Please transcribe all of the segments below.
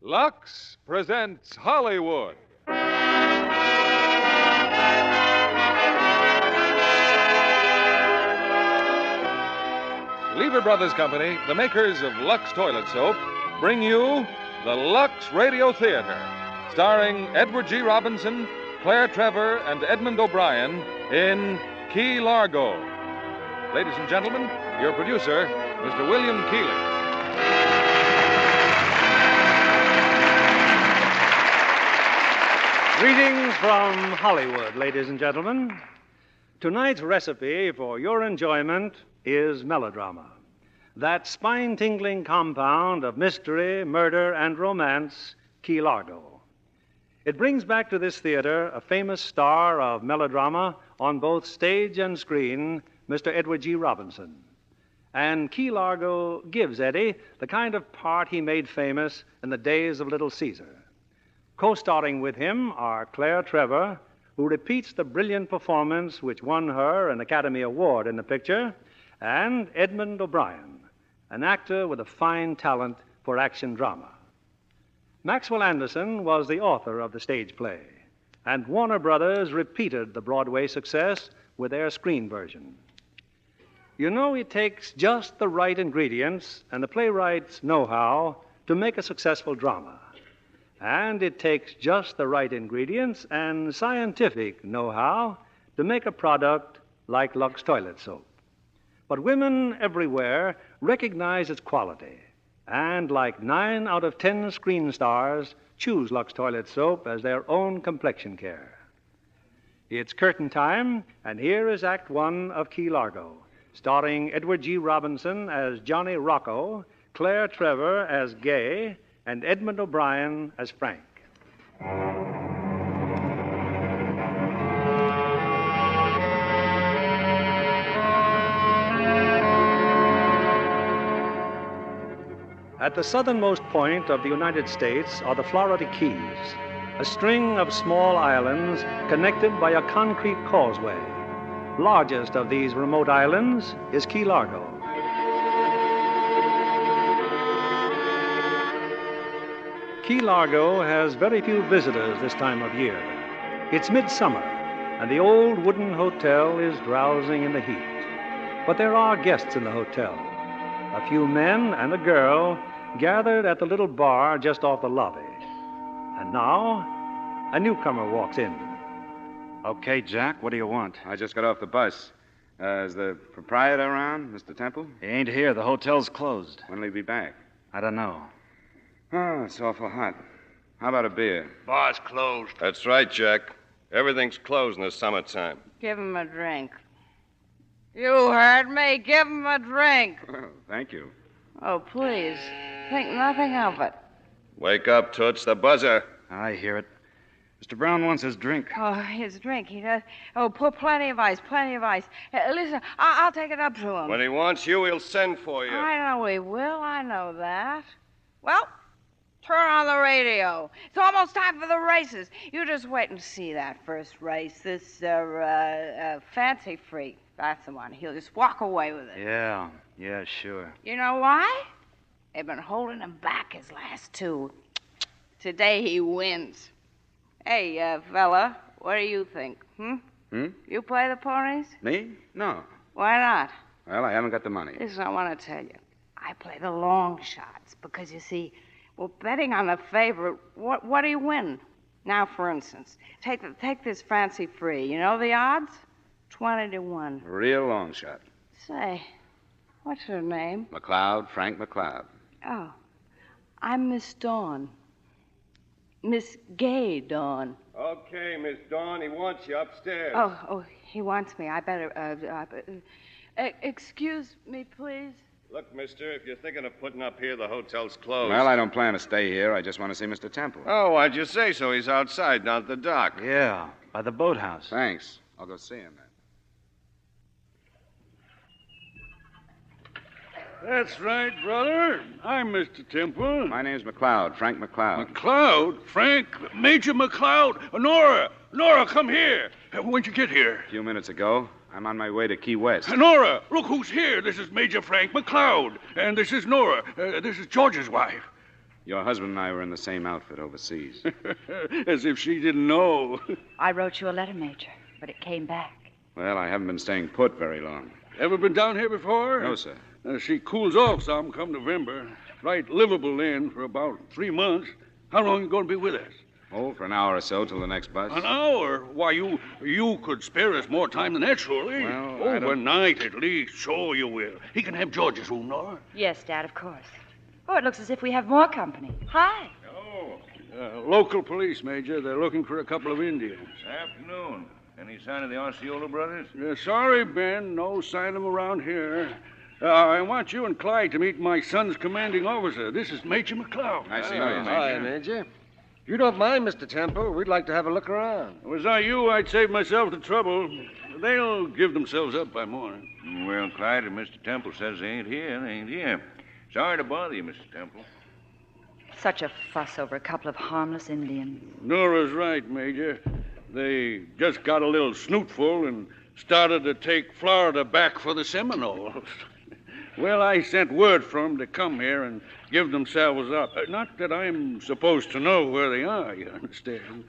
Lux presents Hollywood. Lever Brothers Company, the makers of Lux Toilet Soap, bring you the Lux Radio Theater, starring Edward G. Robinson, Claire Trevor, and Edmund O'Brien in Key Largo. Ladies and gentlemen, your producer, Mr. William Keeley. Greetings from Hollywood, ladies and gentlemen. Tonight's recipe for your enjoyment is melodrama. That spine tingling compound of mystery, murder, and romance, Key Largo. It brings back to this theater a famous star of melodrama on both stage and screen, Mr. Edward G. Robinson. And Key Largo gives Eddie the kind of part he made famous in the days of Little Caesar. Co starring with him are Claire Trevor, who repeats the brilliant performance which won her an Academy Award in the picture, and Edmund O'Brien, an actor with a fine talent for action drama. Maxwell Anderson was the author of the stage play, and Warner Brothers repeated the Broadway success with their screen version. You know, it takes just the right ingredients and the playwright's know how to make a successful drama. And it takes just the right ingredients and scientific know how to make a product like Lux Toilet Soap. But women everywhere recognize its quality, and like nine out of ten screen stars, choose Lux Toilet Soap as their own complexion care. It's curtain time, and here is Act One of Key Largo, starring Edward G. Robinson as Johnny Rocco, Claire Trevor as Gay, and Edmund O'Brien as Frank. At the southernmost point of the United States are the Florida Keys, a string of small islands connected by a concrete causeway. Largest of these remote islands is Key Largo. Key Largo has very few visitors this time of year. It's midsummer, and the old wooden hotel is drowsing in the heat. But there are guests in the hotel. A few men and a girl gathered at the little bar just off the lobby. And now, a newcomer walks in. Okay, Jack, what do you want? I just got off the bus. Uh, is the proprietor around, Mr. Temple? He ain't here. The hotel's closed. When'll he be back? I don't know. Oh, it's awful hot. How about a beer? Bar's closed. That's right, Jack. Everything's closed in the summertime. Give him a drink. You heard me. Give him a drink. Well, thank you. Oh, please. Think nothing of it. Wake up, Toots. The buzzer. I hear it. Mr. Brown wants his drink. Oh, his drink. He does. Oh, pour plenty of ice, plenty of ice. Uh, listen, I- I'll take it up to him. When he wants you, he'll send for you. I know he will. I know that. Well, turn on the radio. It's almost time for the races. You just wait and see that first race. This uh, uh, uh, fancy free. That's the one. He'll just walk away with it. Yeah, yeah, sure. You know why? They've been holding him back his last two. Today he wins. Hey, uh, fella, what do you think? Hmm? Hmm? You play the ponies? Me? No. Why not? Well, I haven't got the money. This is what I want to tell you. I play the long shots because, you see, Well, betting on the favorite, what, what do you win? Now, for instance, take, the- take this fancy free. You know the odds? 20 to 1. Real long shot. Say, what's her name? McLeod, Frank McLeod. Oh, I'm Miss Dawn. Miss Gay Dawn. Okay, Miss Dawn, he wants you upstairs. Oh, oh, he wants me. I better. Uh, uh, uh, e- excuse me, please. Look, mister, if you're thinking of putting up here, the hotel's closed. Well, I don't plan to stay here. I just want to see Mr. Temple. Oh, why'd you say so? He's outside, down at the dock. Yeah, by the boathouse. Thanks. I'll go see him then. That's right, brother. I'm Mr. Temple. My name's McLeod, Frank McLeod. McLeod, Frank, Major McLeod, Nora. Nora, come here. When'd you get here? a few minutes ago, I'm on my way to Key West. Nora, look who's here. This is Major Frank McLeod, and this is Nora. Uh, this is George's wife. Your husband and I were in the same outfit overseas. As if she didn't know. I wrote you a letter, Major, but it came back. well, I haven't been staying put very long. Ever been down here before? No, sir. Uh, she cools off some come November. Right livable then for about three months. How long you going to be with us? Oh, for an hour or so till the next bus. An hour? Why, you you could spare us more time than that, surely. Well, I don't- Overnight, at least. Sure you will. He can have George's room, Nora. Yes, Dad, of course. Oh, it looks as if we have more company. Hi. Oh. Uh, local police, Major. They're looking for a couple of Indians. Afternoon. Any sign of the Osceola brothers? Uh, sorry, Ben. No sign of them around here. Uh, I want you and Clyde to meet my son's commanding officer. This is Major McLeod. Nice to Hello, know you, Uh, Hi, Major. Major. If you don't mind, Mr. Temple, we'd like to have a look around. Was I you, I'd save myself the trouble. They'll give themselves up by morning. Well, Clyde, if Mr. Temple says they ain't here, they ain't here. Sorry to bother you, Mr. Temple. Such a fuss over a couple of harmless Indians. Nora's right, Major. They just got a little snootful and started to take Florida back for the Seminoles. well, I sent word for 'em to come here and give themselves up. Uh, Not that I'm supposed to know where they are, you understand.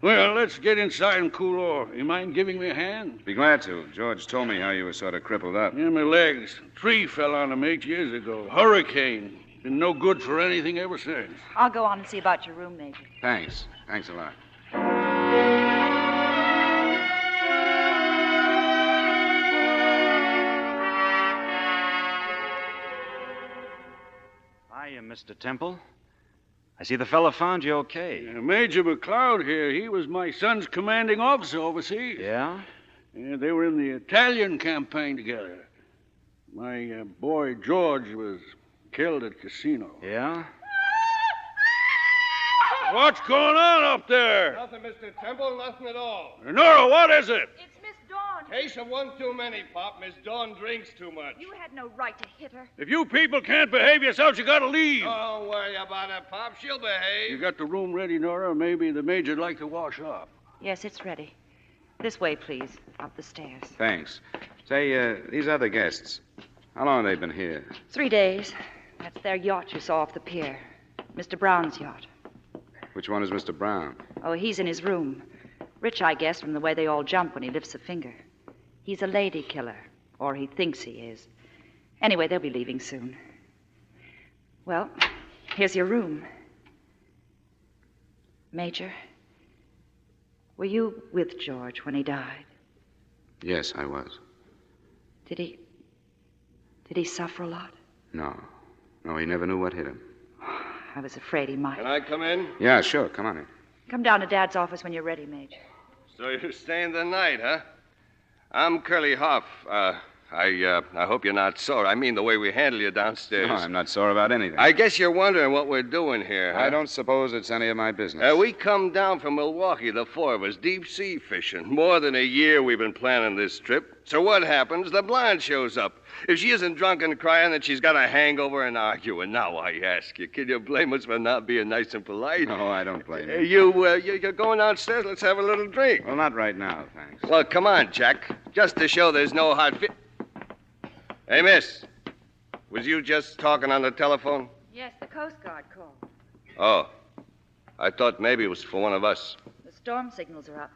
Well, let's get inside and cool off. You mind giving me a hand? Be glad to. George told me how you were sort of crippled up. Yeah, my legs. Tree fell on 'em eight years ago. Hurricane. Been no good for anything ever since. I'll go on and see about your room, Major. Thanks. Thanks a lot. Hiya, Mr. Temple. I see the fella found you okay. Yeah, Major McLeod here, he was my son's commanding officer overseas. Yeah? Yeah, they were in the Italian campaign together. My uh, boy George was killed at casino. Yeah? What's going on up there? Nothing, Mr. Temple, nothing at all. Nora, what is it? It's Miss Dawn. Case of one too many, Pop. Miss Dawn drinks too much. You had no right to hit her. If you people can't behave yourselves, you gotta leave. Oh, Don't worry about it, Pop. She'll behave. you got the room ready, Nora? Maybe the major'd like to wash up. Yes, it's ready. This way, please. Up the stairs. Thanks. Say, uh, these other guests, how long have they been here? Three days. That's their yacht you saw off the pier. Mr. Brown's yacht. Which one is Mr. Brown? Oh, he's in his room. Rich, I guess, from the way they all jump when he lifts a finger. He's a lady killer, or he thinks he is. Anyway, they'll be leaving soon. Well, here's your room. Major, were you with George when he died? Yes, I was. Did he. Did he suffer a lot? No. No, he never knew what hit him. I was afraid he might. Can I come in? Yeah, sure. Come on in. Come down to Dad's office when you're ready, Major. So you're staying the night, huh? I'm Curly Hoff. Uh, I, uh, I hope you're not sore. I mean, the way we handle you downstairs. No, Oh, I'm not sore about anything. I guess you're wondering what we're doing here, huh? I don't suppose it's any of my business. Uh, we come down from Milwaukee, the four of us, deep sea fishing. More than a year we've been planning this trip. So what happens? The blonde shows up. If she isn't drunk and crying, then she's got a hangover and arguing. Now I ask you, can you blame us for not being nice and polite? No, I don't blame Uh, you. you, uh, you. You're going downstairs. Let's have a little drink. Well, not right now, thanks. Well, come on, Jack. Just to show there's no hard fit. Hey, miss. Was you just talking on the telephone? Yes, the Coast Guard called. Oh. I thought maybe it was for one of us. The storm signals are up.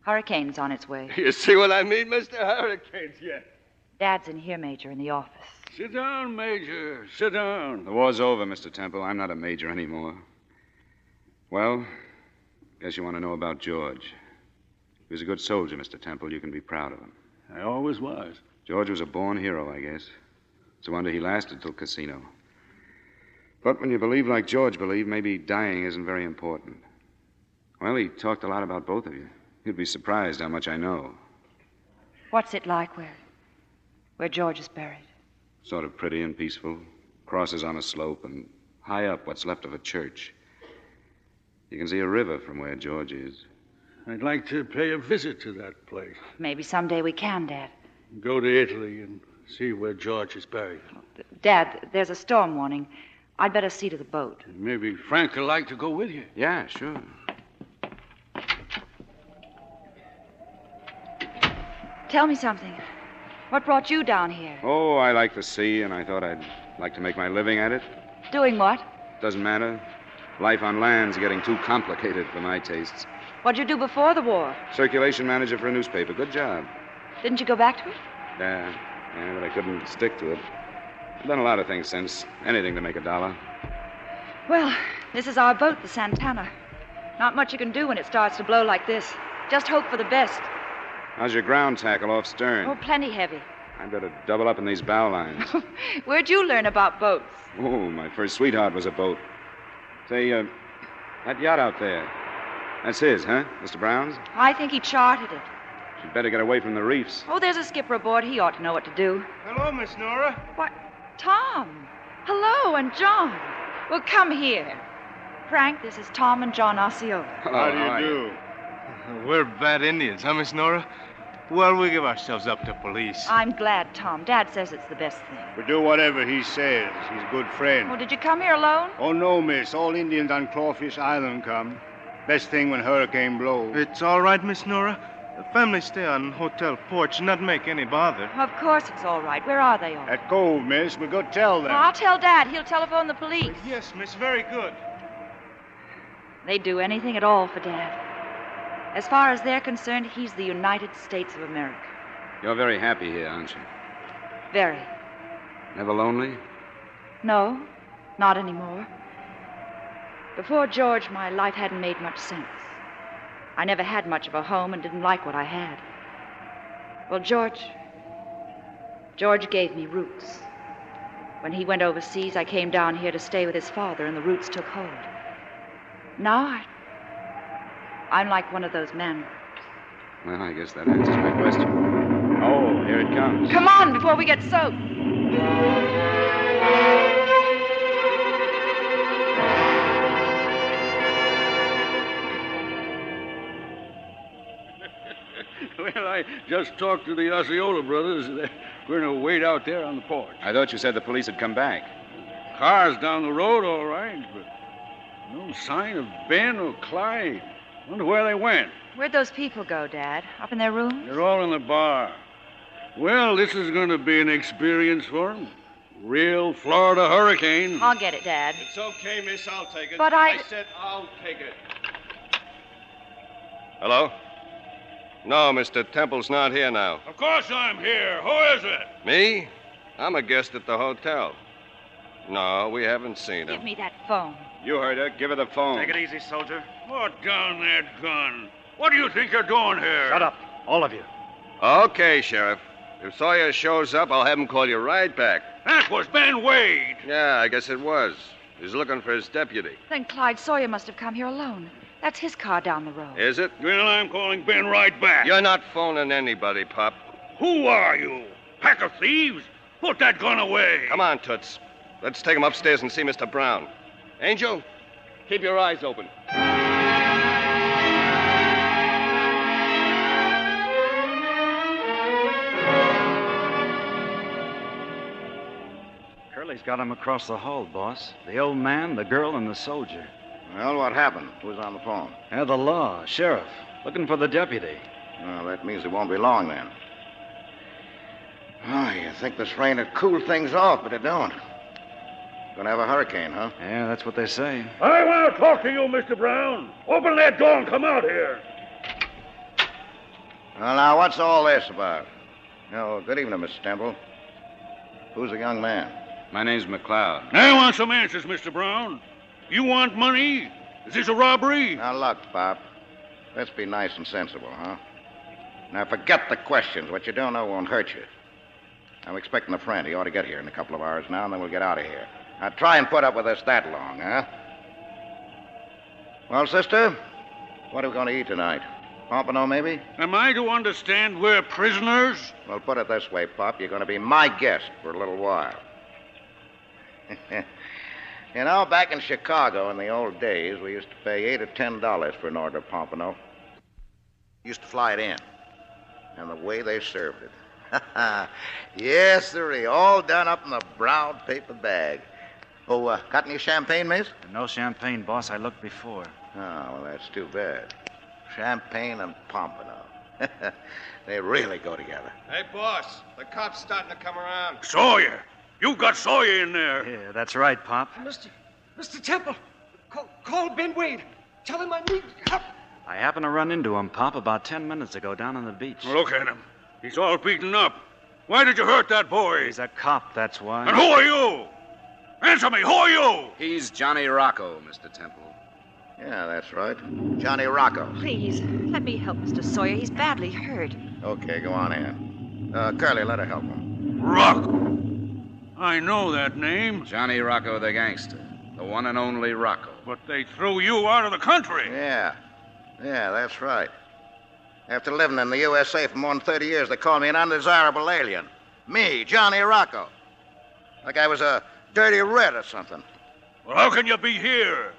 Hurricane's on its way. You see what I mean, Mr. Hurricane? Yes. Dad's in here, Major, in the office. Sit down, Major. Sit down. The war's over, Mr. Temple. I'm not a major anymore. Well, guess you want to know about George. He was a good soldier, Mr. Temple. You can be proud of him. I always was. George was a born hero, I guess. It's a wonder he lasted till casino. But when you believe like George believed, maybe dying isn't very important. Well, he talked a lot about both of you. You'd be surprised how much I know. What's it like where, where George is buried? Sort of pretty and peaceful. Crosses on a slope and high up what's left of a church. You can see a river from where George is. I'd like to pay a visit to that place. Maybe someday we can, Dad. Go to Italy and see where George is buried. Dad, there's a storm warning. I'd better see to the boat. Maybe Frank would like to go with you. Yeah, sure. Tell me something. What brought you down here? Oh, I like the sea, and I thought I'd like to make my living at it. Doing what? Doesn't matter. Life on land's getting too complicated for my tastes. What'd you do before the war? Circulation manager for a newspaper. Good job. Didn't you go back to it? Yeah, yeah, but I couldn't stick to it. I've done a lot of things since. Anything to make a dollar. Well, this is our boat, the Santana. Not much you can do when it starts to blow like this. Just hope for the best. How's your ground tackle off stern? Oh, plenty heavy. I'd better double up in these bow lines. Where'd you learn about boats? oh, my first sweetheart was a boat. Say, uh, that yacht out there. That's his, huh? Mr. Brown's? I think he charted it. She'd better get away from the reefs. Oh, there's a skipper aboard. He ought to know what to do. Hello, Miss Nora. What? Tom. Hello, and John. Well, come here. Frank, this is Tom and John Osceola. How do you do? Oh, We're bad Indians, huh, Miss Nora? Well, we give ourselves up to police. I'm glad, Tom. Dad says it's the best thing. We do whatever he says. He's a good friend. Well, did you come here alone? Oh, no, miss. All Indians on Clawfish Island come. Best thing when hurricane blows. It's all right, Miss Nora. The family stay on hotel porch, not make any bother. Of course it's all right. Where are they all? At Cove, miss. We go tell them. Well, I'll tell Dad. He'll telephone the police. Yes, miss, very good. They'd do anything at all for Dad. As far as they're concerned, he's the United States of America. You're very happy here, aren't you? Very. Never lonely? No, not anymore. Before George, my life hadn't made much sense. I never had much of a home and didn't like what I had. Well, George. George gave me roots. When he went overseas, I came down here to stay with his father, and the roots took hold. Now I. I'm like one of those men. Well, I guess that answers my question. Oh, here it comes. Come on before we get soaked. Well, I just talked to the Osceola brothers. They're going to wait out there on the porch. I thought you said the police had come back. Cars down the road, all right, but no sign of Ben or Clyde. Wonder where they went. Where'd those people go, Dad? Up in their room? They're all in the bar. Well, this is going to be an experience for 'em. Real Florida hurricane. I'll get it, Dad. Hmm. It's okay, miss. I'll take it. But I- I said I'll take it. Hello? No, Mr. Temple's not here now. Of course I'm here. Who is it? Me? I'm a guest at the hotel. No, we haven't seen Give him. me that phone. You heard her. Give her the Oh. phone. Take it easy, soldier. Put down that gun. What do you think you're doing here? Shut up, all of you. Okay, Sheriff. If Sawyer shows up, I'll have him call you right back. That was Ben Wade. Yeah, I guess it was. He's looking for his deputy. Then Clyde Sawyer must have come here alone. That's his car down the road. Is it? Well, I'm calling Ben right back. You're not phoning anybody, Pop. Who are you? Pack of thieves? Put that gun away. Come on, Toots. Let's take him upstairs and see Mr. Brown. Angel, keep your eyes open. Curly's got him across the hall, boss. The old man, the girl, and the soldier. Well, what happened? Who's on the phone? Yeah, the law, sheriff, looking for the deputy. Well, that means it won't be long then. Oh, you think this rain would cool things off, but it don't. Gonna have a hurricane, huh? Yeah, that's what they say. I want to talk to you, Mr. Brown. Open that door and come out here. Oh, Well, now, what's all this about? No, good evening, Mr. Temple. Who's the young man? My name's McLeod. I want some answers, Mr. Brown. You want money? Is this a robbery? Now, look, Pop. Let's be nice and sensible, huh? Now, forget the questions. What you don't know won't hurt you. I'm expecting a friend. He ought to get here in a couple of hours now, and then we'll get out of here. Now, try and put up with us that long, huh? Well, sister, what are we going to eat tonight? Pompano, maybe? Am I to understand we're prisoners? Well, put it this way, Pop. You're going to be my guest for a little while. you know, back in Chicago in the old days, we used to pay eight or ten dollars for an order of pompano. Used to fly it in. And the way they served it. yes, sirree. All done up in a brown paper bag. Oh, uh, got any champagne, miss? No champagne, boss. I looked before. Oh, well, that's too bad. Champagne and pompano. they really go together. Hey, boss, the cop's starting to come around. Sawyer! You got Sawyer in there. Yeah, that's right, Pop. Mr. Mr. Temple, call, call Ben Wade. Tell him I need help. I happened to run into him, Pop, about ten minutes ago down on the beach. Look at him. He's all beaten up. Why did you hurt that boy? He's a cop, that's why. And who are you? Answer me, who are you? He's Johnny Rocco, Mr. Temple. Yeah, that's right. Johnny Rocco. Please, let me help Mr. Sawyer. He's badly hurt. Okay, go on in. Uh, Curly, let her help him. Rocco. I know that name. Johnny Rocco the gangster. The one and only Rocco. But they threw you out of the country. Yeah. Yeah, that's right. After living in the USA for more than 30 years, they called me an undesirable alien. Me, Johnny Rocco. Like I was a dirty red or something. Well, how can you be here?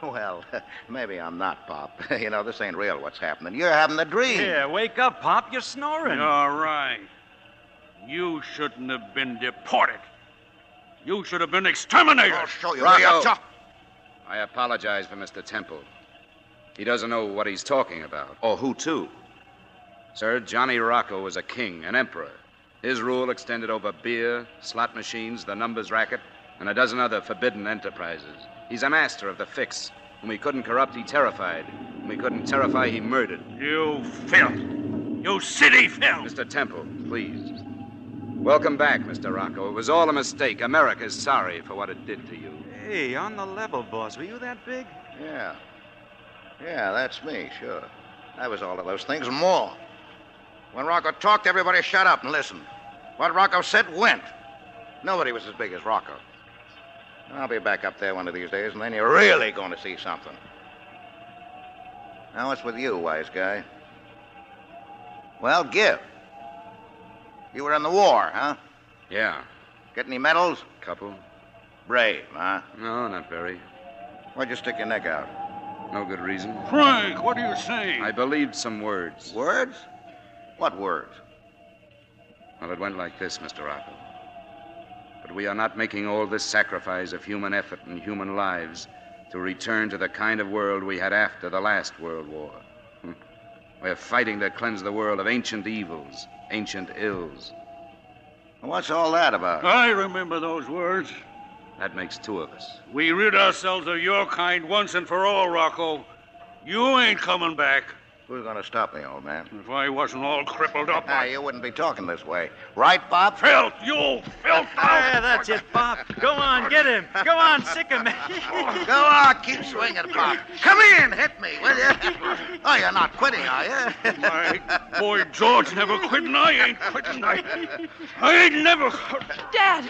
Well, maybe I'm not, Pop. you know, this ain't real what's happening. You're having a dream. Yeah, wake up, Pop. You're snoring. All right. You shouldn't have been deported. You should have been exterminated. I'll show you. Rocco, to- I apologize for Mr. Temple. He doesn't know what he's talking about, or Oh, who to. Sir, Johnny Rocco was a king, an emperor. His rule extended over beer, slot machines, the numbers racket, and a dozen other forbidden enterprises. He's a master of the fix. Whom he couldn't corrupt, he terrified. Whom he couldn't terrify, he murdered. You filth! You city filth! Mr. Temple, please. Welcome back, Mr. Rocco. It was all a mistake. America's sorry for what it did to you. Hey, on the level, boss. Were you that big? Yeah. Yeah, that's me, sure. I was all of those things and more. When Rocco talked, everybody shut up and listened. What Rocco said went. Nobody was as big as Rocco. I'll be back up there one of these days, and then you're really going to see something. Now, what's with you, wise guy? Well, give. You were in the war, huh? Yeah. Get any medals? Couple. Brave, huh? No, not very. Why'd you stick your neck out? No good reason. Frank, what are you saying? I believed some words. Words? What words? Well, it went like this, Mr. Rocco. But we are not making all this sacrifice of human effort and human lives to return to the kind of world we had after the last World War. Hmm. We're fighting to cleanse the world of ancient evils, ancient ills. What's all that about? I remember those words. That makes two of us. We rid ourselves of your kind once and for all, Rocco. You ain't coming back. Who's going to stop me, old man? If I wasn't all crippled up, I... Ah, you wouldn't be talking this way. Right, Bob? Ah, Filth, you filth! yeah, that's it, Bob. Go on, get him. Go on, sick him. Go on, keep swinging, Bob. Come in, hit me, will you? Oh, you're not quitting, are you? My boy George never quit, and I ain't quitting. I, I ain't never... Dad,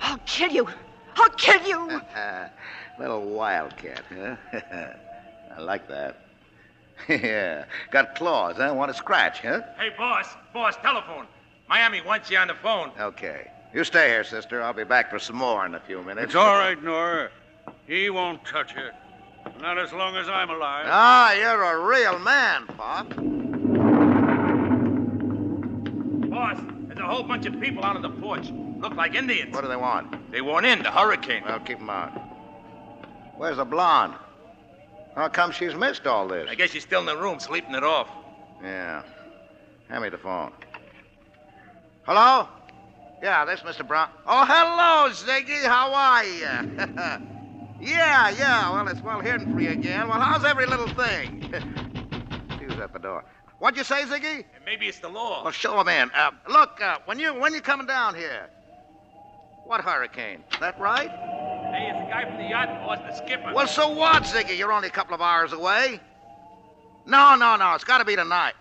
I'll kill you. I'll kill you. Ah, Little wildcat, huh? I like that. yeah. Got claws, huh? Want to scratch, huh? Hey, boss. Boss, telephone. Miami wants you on the phone. Okay. You stay here, sister. I'll be back for some more in a few minutes. It's all right, Nora. He won't touch you. Not as long as I'm alive. Ah, you're a real man, Pop. Boss, there's a whole bunch of people out on the porch. Look like Indians. What do they want? They want in, the hurricane. Well, keep them out. Where's the blonde? How come she's missed all this? I guess she's still in the room, sleeping it off. Yeah. Hand me the phone. Hello? Yeah, this Mr. Brown. Oh, hello, Ziggy. How are you? yeah, yeah. Well, it's well hearing from you again. Well, how's every little thing? Who's at the door? Oh, What'd you say, Ziggy? Maybe it's the law. Well, show him in. Uh, look, uh, when you when you coming down here? What hurricane? That right? Hey, it's the guy from the yacht, boss, the skipper. Well, so what, Ziggy? You're only a couple of hours away. No, no, no. It's got to be tonight.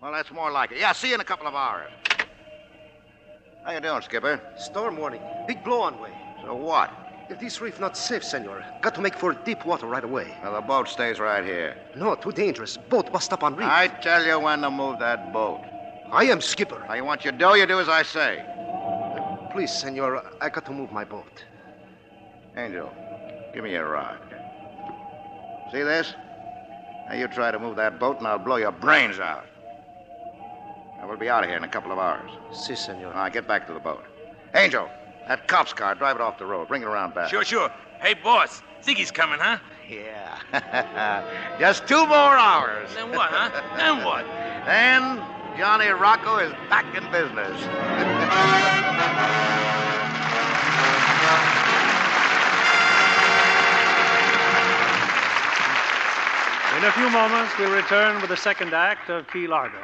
Well, that's more like it. Yeah, see you in a couple of hours. How you doing, Skipper? Storm warning. Big blow on way. So what? This reef not safe, senor. Got to make for deep water right away. Now, the boat stays right here. No, too dangerous. Boat bust up on reef. I tell you when to move that boat. I am skipper. Now, you want your dough, you do as I say. Please, senor, I got to move my boat. Angel, give me a rod. See this? Now, you try to move that boat, and I'll blow your brains out. Now, we'll be out of here in a couple of hours. Si, senor. Now, get back to the boat. Angel, that cop's car, drive it off the road. Bring it around back. Sure, sure. Hey, boss, Ziggy's coming, huh? Yeah. Just two more hours. Then what, huh? then what? Then Johnny Rocco is back in business. In a few moments, we'll return with the second act of Key Largo.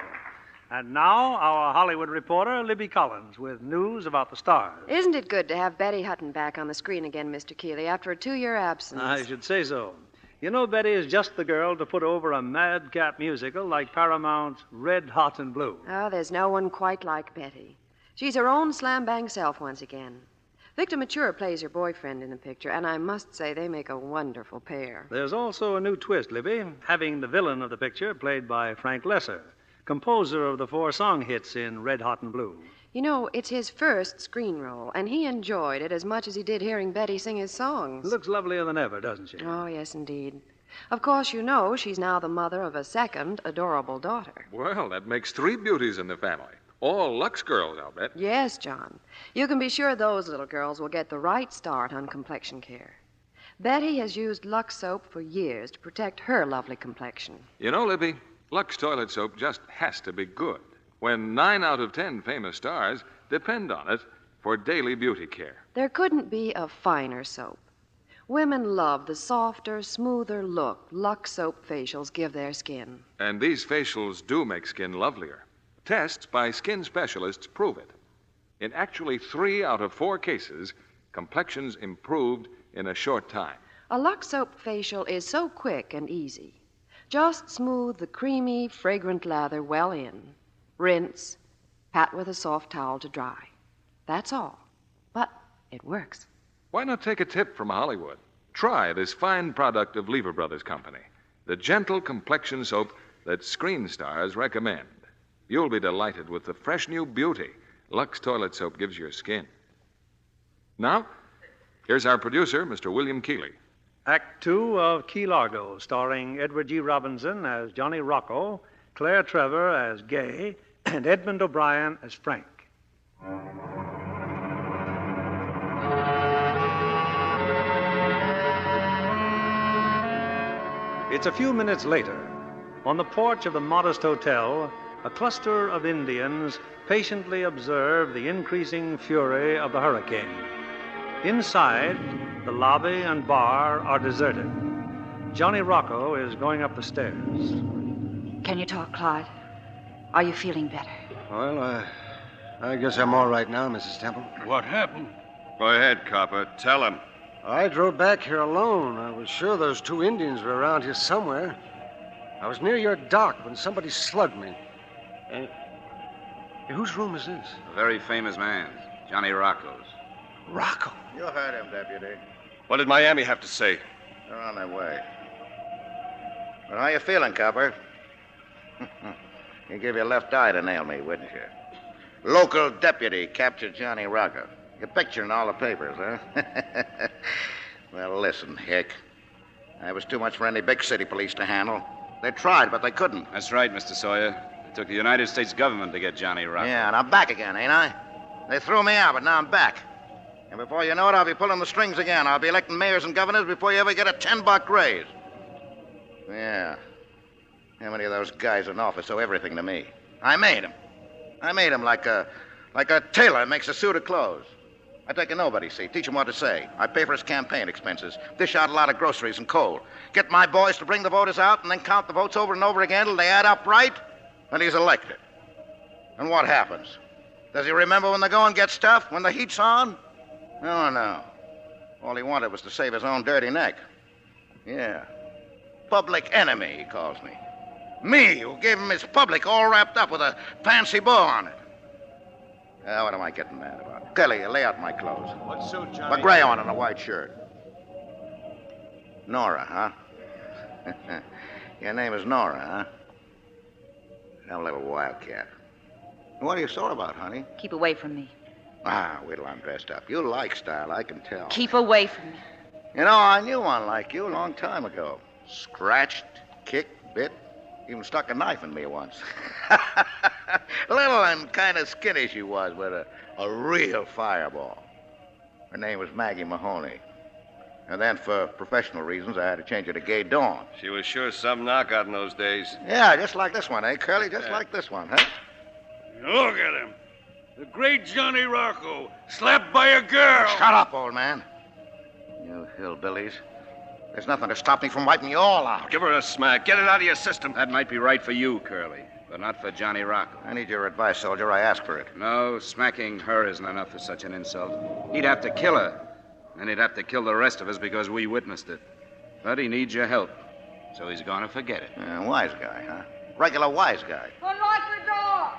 And now, our Hollywood reporter, Libby Collins, with news about the stars. Isn't it good to have Betty Hutton back on the screen again, Mr. Keeley, after a two year absence? I should say so. You know, Betty is just the girl to put over a madcap musical like Paramount's Red Hot and Blue. Oh, there's no one quite like Betty. She's her own slam bang self once again. Victor Mature plays her boyfriend in the picture, and I must say they make a wonderful pair. There's also a new twist, Libby, having the villain of the picture played by Frank Lesser, composer of the four song hits in Red Hot and Blue. You know, it's his first screen role, and he enjoyed it as much as he did hearing Betty sing his songs. Looks lovelier than ever, doesn't she? Oh, yes, indeed. Of course, you know she's now the mother of a second adorable daughter. Well, that makes three beauties in the family. All Lux girls, I'll bet. Yes, John. You can be sure those little girls will get the right start on complexion care. Betty has used Lux soap for years to protect her lovely complexion. You know, Libby, Lux toilet soap just has to be good when nine out of ten famous stars depend on it for daily beauty care. There couldn't be a finer soap. Women love the softer, smoother look Lux soap facials give their skin. And these facials do make skin lovelier. Tests by skin specialists prove it. In actually three out of four cases, complexions improved in a short time. A Lux soap facial is so quick and easy. Just smooth the creamy, fragrant lather well in rinse, pat with a soft towel to dry. That's all. But it works. Why not take a tip from Hollywood? Try this fine product of Lever Brothers Company, the gentle complexion soap that screen stars recommend. You'll be delighted with the fresh new beauty Lux toilet soap gives your skin. Now, here's our producer, Mr. William Keeley. Act two of Key Largo, starring Edward G. Robinson as Johnny Rocco, Claire Trevor as Gay, and Edmund O'Brien as Frank. It's a few minutes later. On the porch of the modest hotel, a cluster of Indians patiently observe the increasing fury of the hurricane. Inside, the lobby and bar are deserted. Johnny Rocco is going up the stairs. Can you talk, Clyde? Are you feeling better? Well, I, I guess I'm all right now, Mrs. Temple. What happened? Go ahead, Copper. Tell him. I drove back here alone. I was sure those two Indians were around here somewhere. I was near your dock when somebody slugged me. And whose room is this? A very famous man's, Johnny Rocco's. Rocco? You heard him, Deputy. What did Miami have to say? They're on their way. Well, how you feeling, Copper? You'd give your left eye to nail me, wouldn't you? Local deputy captured Johnny Rocco. Your picture in all the papers, huh? well, listen, Hick. I was too much for any big city police to handle. They tried, but they couldn't. That's right, Mr. Sawyer. It took the United States government to get Johnny Rocco. Yeah, and I'm back again, ain't I? They threw me out, but now I'm back. And before you know it, I'll be pulling the strings again. I'll be electing mayors and governors before you ever get a ten buck raise. Yeah. How many of those guys in office owe everything to me? I made 'em. I made 'em like a, like a tailor makes a suit of clothes. I take a nobody seat, teach 'em what to say. I pay for his campaign expenses, dish out a lot of groceries and coal, get my boys to bring the voters out and then count the votes over and over again till they add up right, and he's elected. And what happens? Does he remember when the going gets tough, when the heat's on? No, no. All he wanted was to save his own dirty neck. Yeah. Public enemy, he calls me. Me, who gave him his public all wrapped up with a fancy bow on it. Ah, what am I getting mad about? Kelly, lay out my clothes. What suit, Johnny? A gray one and a white shirt. Nora, huh? Your name is Nora, huh? That little wildcat. What are you sore about, honey? Keep away from me. Ah, wait till I'm dressed up. You like style, I can tell. Keep away from me. You know, I knew one like you a long time ago. Scratched, kicked, bit, even stuck a knife in me once. Little and kind of skinny she was, but a, a real fireball. Her name was Maggie Mahoney. And then, for professional reasons, I had to change her to Gay Dawn. She was sure some knockout in those days. Yeah, just like this one, eh, Curly? Just like this one, huh? Look at him. The great Johnny Rocco, slapped by a girl. Shut up, old man. You hillbillies. There's nothing to stop me from wiping you all out. Give her a smack. Get it out of your system. That might be right for you, Curly, but not for Johnny Rocco. I need your advice, soldier. I ask for it. No, smacking her isn't enough for such an insult. He'd have to kill her. And he'd have to kill the rest of us because we witnessed it. But he needs your help. So he's gonna forget it. Yeah, wise guy, huh? Regular wise guy. Unlock the door!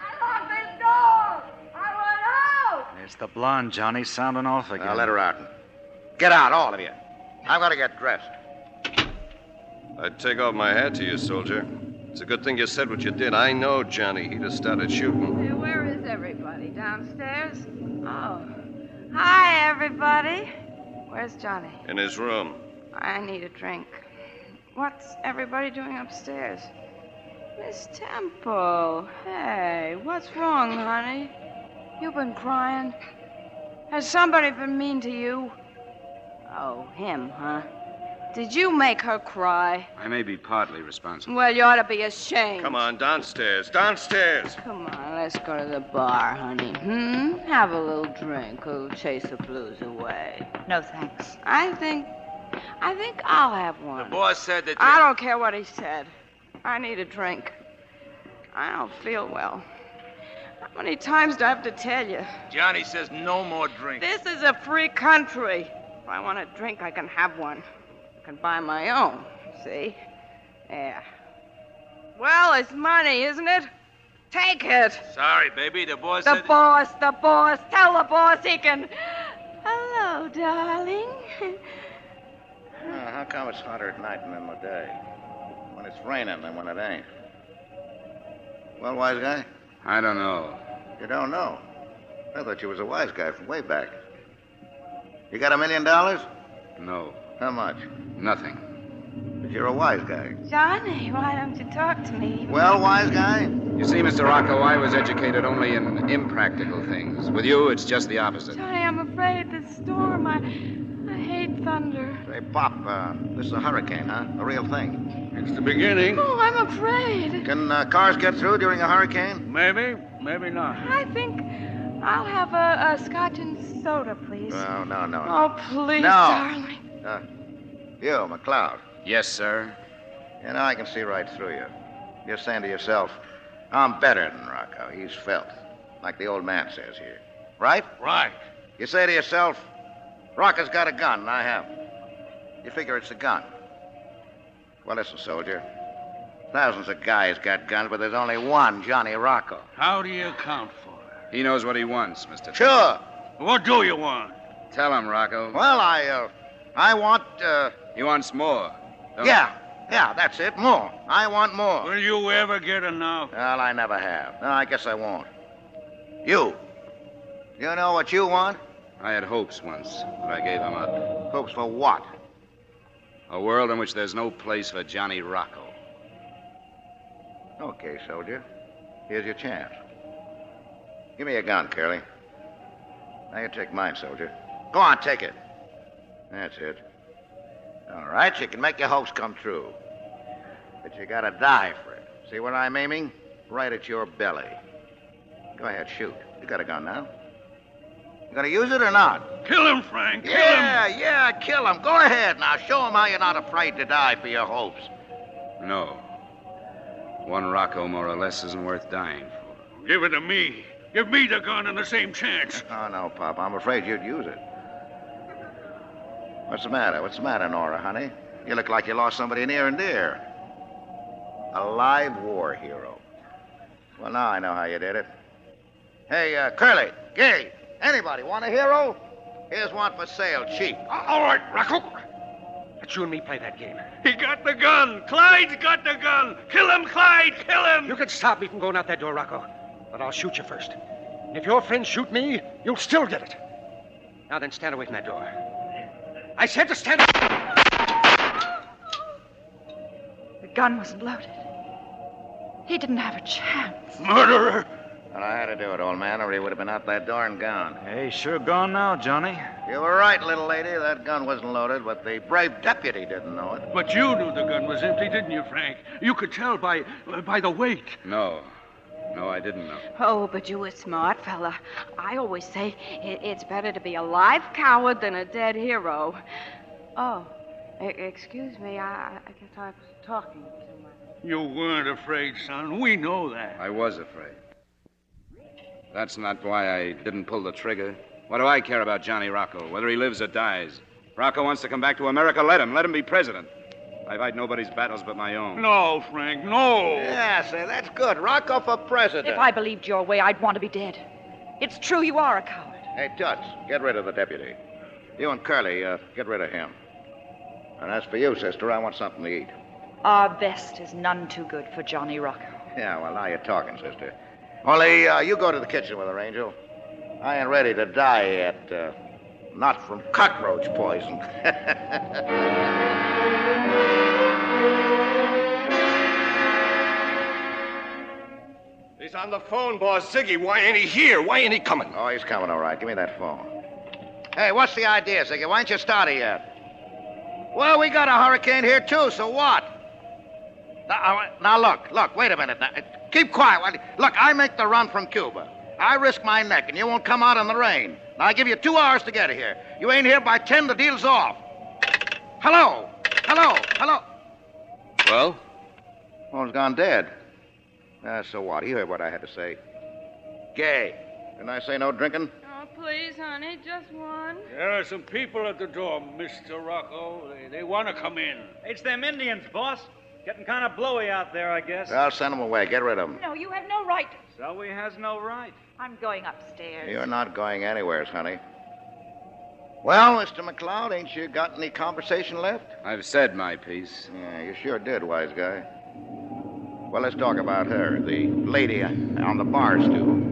Unlock this door! I want out! There's the blonde, Johnny, sounding off again. Now let her out. Get out, all of you. I'm gonna get dressed. I'd take off my hat to you, soldier. It's a good thing you said what you did. I know Johnny. He'd have started shooting. Hey, where is everybody? Downstairs? Oh. Hi, everybody. Where's Johnny? In his room. I need a drink. What's everybody doing upstairs? Miss Temple. Hey, what's wrong, honey? You've been crying. Has somebody been mean to you? Oh, him, huh? Did you make her cry? I may be partly responsible. Well, you ought to be ashamed. Come on, downstairs. Downstairs. Come on, let's go to the bar, honey. Hmm? Have a little drink. It'll chase the blues away. No thanks. I think. I think I'll have one. The boss said that. I don't care what he said. I need a drink. I don't feel well. How many times do I have to tell you? Johnny says no more drink. This is a free country. If I want a drink, I can have one. I can buy my own, see? Yeah. Well, it's money, isn't it? Take it. Sorry, baby. The boss The said. boss, the boss. Tell the boss he can. Hello, darling. Uh, how come it's hotter at night than in the day? When it's raining than when it ain't. Well, wise guy? I don't know. You don't know. I thought you was a wise guy from way back. You got a million dollars? No. How much? Nothing. But you're a wise guy. Johnny, why don't you talk to me? Well, wise guy? You see, Mr. Rocco, I was educated only in impractical things. With you, it's just the opposite. Johnny, I'm afraid of the storm. I, I hate thunder. Hey, Pop, uh, this is a hurricane, huh? A real thing. It's the beginning. Oh, I'm afraid. Can uh, cars get through during a hurricane? Maybe, maybe not. I think I'll have a, a scotch and soda, please. No, no, no. Oh, please, No. darling. Uh, you, McLeod. Yes, sir. You know, I can see right through you. You're saying to yourself, I'm better than Rocco. He's felt, like the old man says here. Right? Right. You say to yourself, Rocco's got a gun, and I haven't. You figure it's a gun. Well, listen, soldier. Thousands of guys got guns, but there's only one Johnny Rocco. How do you account for He knows what he wants, Mr. Sure. it? What do you want? Tell him, Rocco. Well, I, uh, I want, uh, He wants more. Don't yeah, yeah, that's it. More. I want more. Will you ever get enough? Well, I never have. No, I guess I won't. You. You know what you want? I had hopes once, but I gave them up. Hopes for what? A world in which there's no place for Johnny Rocco. Okay, soldier. Here's your chance. Give me your gun, Curly. Now you take mine, soldier. Go on, take it. That's it. All right, you can make your hopes come true. But you gotta die for it. See what I'm aiming? Right at your belly. Go ahead, shoot. You got a gun now. You gonna use it or not? Kill him, Frank. Kill him. Yeah, yeah, kill him. Go ahead now. Show him how you're not afraid to die for your hopes. No. One Rocco, more or less, isn't worth dying for. Give it to me. Give me the gun and the same chance. Oh, no, Pop. I'm afraid you'd use it. What's the matter? What's the matter, Nora, honey? You look like you lost somebody near and dear. A live war hero. Well, now I know how you did it. Hey, uh, Curly, Gay, anybody want a hero? Here's one for sale, cheap. All right, Rocco. Let you and me play that game. He got the gun. Clyde's got the gun. Kill him, Clyde. Kill him. You can stop me from going out that door, Rocco. But I'll shoot you first. And if your friends shoot me, you'll still get it. Now then, stand away from that door. I said to stand. The gun was loaded. He didn't have a chance. Murderer! And I had to do it, old man, or he would have been out that door and gone. Hey, sure gone now, Johnny. You were right, little lady. That gun wasn't loaded, but the brave deputy didn't know it. But you knew the gun was empty, didn't you, Frank? You could tell by by the weight. No. No, I didn't know. Oh, but you were smart, fella. I always say i it's better to be a live coward than a dead hero. Oh, e- excuse me. I, I guess I was talking. You weren't afraid, son. We know that. I was afraid. That's not why I didn't pull the trigger. What do I care about Johnny Rocco, whether he lives or dies? Rocco wants to come back to America. Let him. Let him be president. I fight nobody's battles but my own. No, Frank, Oh. no. Yeah, say, that's good. Rocco for president. If I believed your way, I'd want to be dead. It's true you are a coward. Hey, Tuts, get rid of the deputy. You and Curly, uh, get rid of him. And as for you, sister, I want something to eat. Our best is none too good for Johnny Rocco. Yeah, well, now you're talking, sister. Only, uh, you go to the kitchen with her, Angel. I ain't ready to die yet. Uh, not from cockroach poison. He's on the phone, boss. Ziggy, why ain't he here? Why ain't he coming? Oh, he's coming, all right. Give me that phone. Hey, what's the idea, Ziggy? Why ain't you started yet? Well, we got a hurricane here, too, so what? Now, uh, now look, look, wait a minute. Now, uh, keep quiet. What- Look, I make the run from Cuba. I risk my neck, and you won't come out in the rain. Now, I give you two hours to get here. You ain't here by ten, the deal's off. Hello? Hello? Hello? Well? Phone's gone dead. Ah, so what? You heard what I had to say. Gay. Didn't I say no drinking? Oh, please, honey, just one. There are some people at the door, Mr. Rocco. They, they want to come in. It's them Indians, boss. Getting kind of blowy out there, I guess. I'll send them away. Get rid of them. No, you have no right. Zoe has no right. I'm going upstairs. You're not going anywheres, honey. Well, Mr. McCloud, ain't you got any conversation left? I've said my piece. Yeah, you sure did, wise guy. Well, let's talk about her, the lady on the bar stool.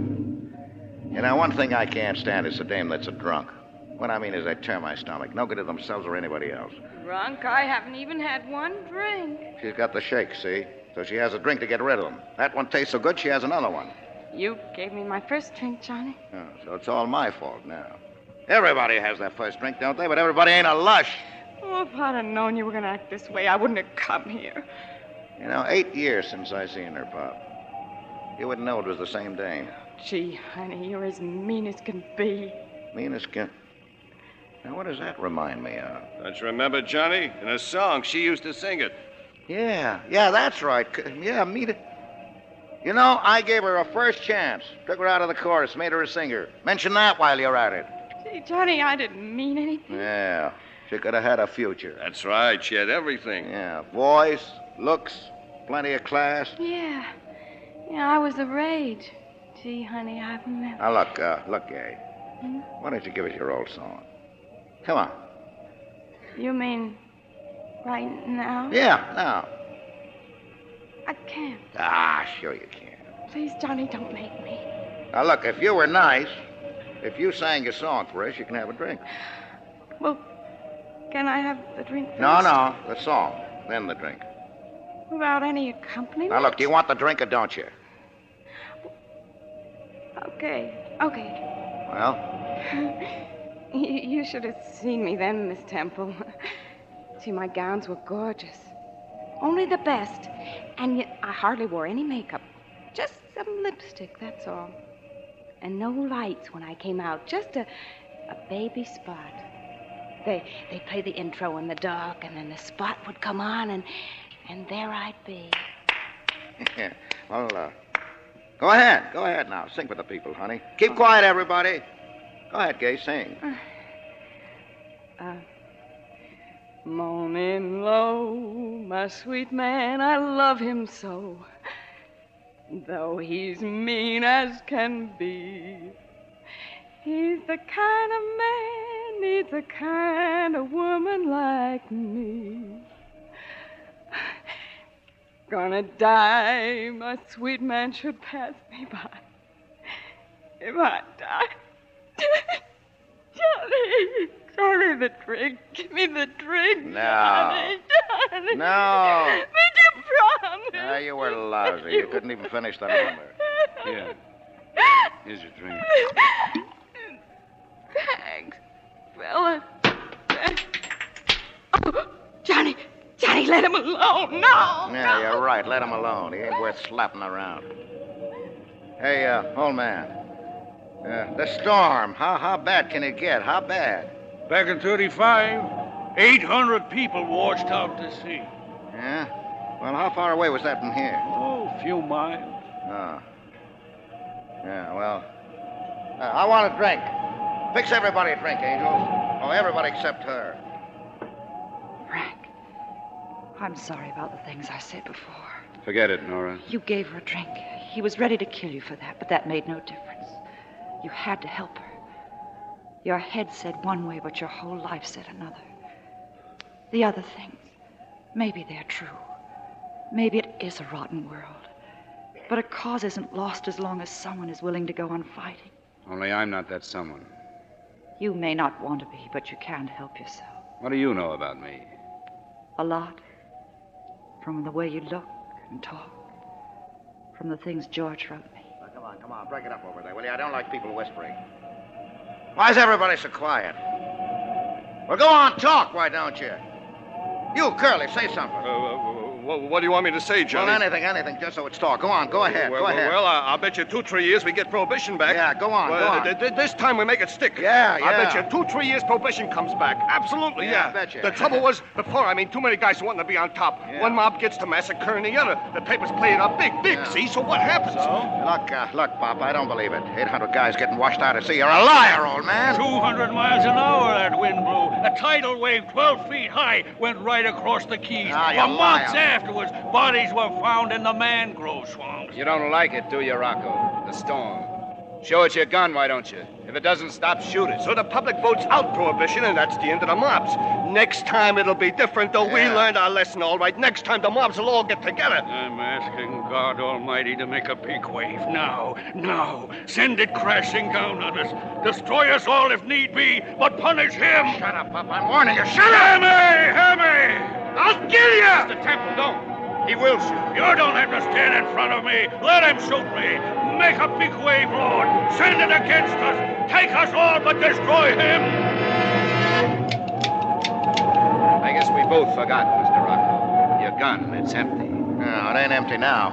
You know, one thing I can't stand is a dame that's a drunk. What I mean is they tear my stomach. No good to themselves or anybody else. Drunk, I haven't even had one drink. She's got the shakes, see? So she has a drink to get rid of them. That one tastes so good, she has another one. You gave me my first drink, Johnny. Oh, so it's all my fault now. Everybody has their first drink, don't they? But everybody ain't a lush. Oh, if I'd have known you were going to act this way, I wouldn't have come here. You know, eight years since I seen her, Pop. You wouldn't know it was the same dame. Gee, honey, you're as mean as can be. Mean as can. Now, what does that remind me of? Don't you remember, Johnny? In a song, she used to sing it. Yeah, yeah, that's right. C- Yeah, meet it. You know, I gave her a first chance. Took her out of the chorus, made her a singer. Mention that while you're at it. Gee, Johnny, I didn't mean anything. Yeah, she could have had a future. That's right. She had everything. Yeah, voice, looks, plenty of class. Yeah. Yeah, I was the rage. Gee, honey, I remember. Now look, uh, look, Gay. Why don't you give us your old song? Come on. You mean right now? Yeah, now. I can't. Ah, sure you can. Please, Johnny, don't make me. Now look, if you were nice, if you sang your song for us, you can have a drink. Well, can I have the drink first? No, no, the song, then the drink. Without any accompaniment? Now look, do you want the drink or don't you? Okay, okay. Well, You, you should have seen me then, Miss Temple. See, my gowns were gorgeous. Only the best. And yet I hardly wore any makeup. Just some lipstick, that's all. And no lights when I came out. Just a, a baby spot. They, they play the intro in the dark, and then the spot would come on, and, and there I'd be. well, uh, Go ahead. Go ahead now. Sing for the people, honey. Keep quiet, everybody. Go ahead, Gay. Sing. Uh, moaning low, my sweet man, I love him so. Though he's mean as can be, he's the kind of man needs a kind of woman like me. Gonna die, my sweet man should pass me by. If I die, Johnny, Johnny, the drink. Give me the drink. No. Johnny, Johnny. No. Did you promise? Ah, you were lousy. You couldn't even finish the number. Yeah. Here's your drink. Thanks, fella. uh, Oh, Johnny, Johnny, let him alone. Oh, No. Yeah, you're right. Let him alone. He ain't worth slapping around. Hey, uh, old man. Uh, the storm. How how bad can it get? How bad? Back in 35, 800 people washed out to sea. Yeah? Well, how far away was that from here? Oh, a few miles. Oh. Yeah, well. uh, I want a drink. Fix everybody a drink, Angels. Oh, everybody except her. I'm sorry about the things I said before. Forget it, Nora. You gave her a drink. He was ready to kill you for that, but that made no difference. You had to help her. Your head said one way, but your whole life said another. The other things, maybe they're true. Maybe it is a rotten world. But a cause isn't lost as long as someone is willing to go on fighting. Only I'm not that someone. You may not want to be, but you can help yourself. What do you know about me? A lot. From the way you look and talk. From the things George wrote me. Now, come on, come on. Break it up over there, will you? I don't like people whispering. Why's everybody so quiet? Well, go on, talk, why don't you? You, Curly, say Uh, something. what do you want me to say, Johnny? Well, anything, anything, just so it's talk. Go on, go ahead, Well, go well, ahead. well, I- I'll bet you two, three years we get prohibition back. Yeah, go on, well, go on. th- th- this time we make it stick. Yeah, I bet yeah. you two, three years prohibition comes back. Absolutely, Yeah, yeah. I bet you. The trouble was before. I mean, too many guys wanting to be on top. One mob gets to massacring the other. The papers play it up big, big. See, so what happens? Look, uh, look, Pop, I don't believe it. 800 guys getting washed out of sea. You're a liar, old man. 200 miles an hour that wind blew. A tidal wave 12 feet high went right across the Keys. Ah, you For months liar. afterwards, bodies were found in the mangrove swamps. You don't like it, do you, Rocco? The storm. Show it your gun, why don't you? If it doesn't stop, shoot it. So the public votes out prohibition, and that's the end of the mobs. Next time it'll be different, though we learned our lesson all right. Next time the mobs will all get together. I'm asking God Almighty to make a big wave now, now. Send it crashing down on us. Destroy us all if need be, but punish him. Shut up, Pop. I'm warning you. Shut up. Hammy, Hammy! I'll kill you. Mr. Temple, don't. He will shoot. You don't have to stand in front of me. Let him shoot me. Make a big wave, Lord. Send it against us. Take us all, but destroy him. I guess we both forgot, Mr. Rocco. Your gun, it's empty. No, Oh, it ain't empty now.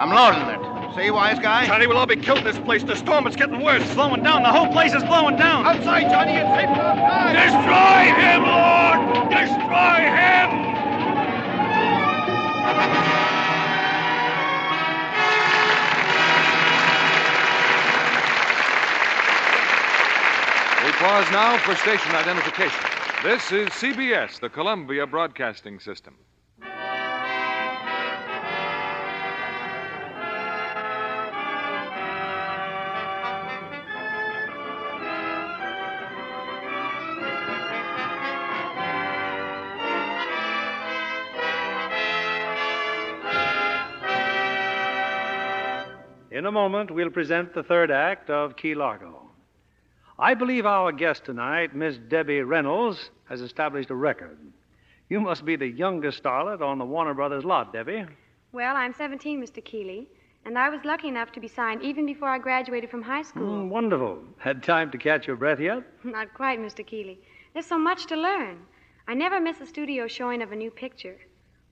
I'm loading it. See, wise guy? Johnny, we'll all be killed in this place. The storm is getting worse. It's blowing down. The whole place is blowing down. Outside, Johnny, and people outside. Destroy him, Lord. Destroy him. We pause now for station identification. This is CBS, the Columbia Broadcasting System. In a moment, we'll present the third act of Key Largo. I believe our guest tonight, Miss Debbie Reynolds, has established a record. You must be the youngest starlet on the Warner Brothers lot, Debbie. Well, I'm 17, Mr. Keeley, and I was lucky enough to be signed even before I graduated from high Mm, Hmm. school. wonderful. Had time to catch your breath yet? Not quite, Mr. Keeley. There's so much to learn. I never miss a studio showing of a new picture.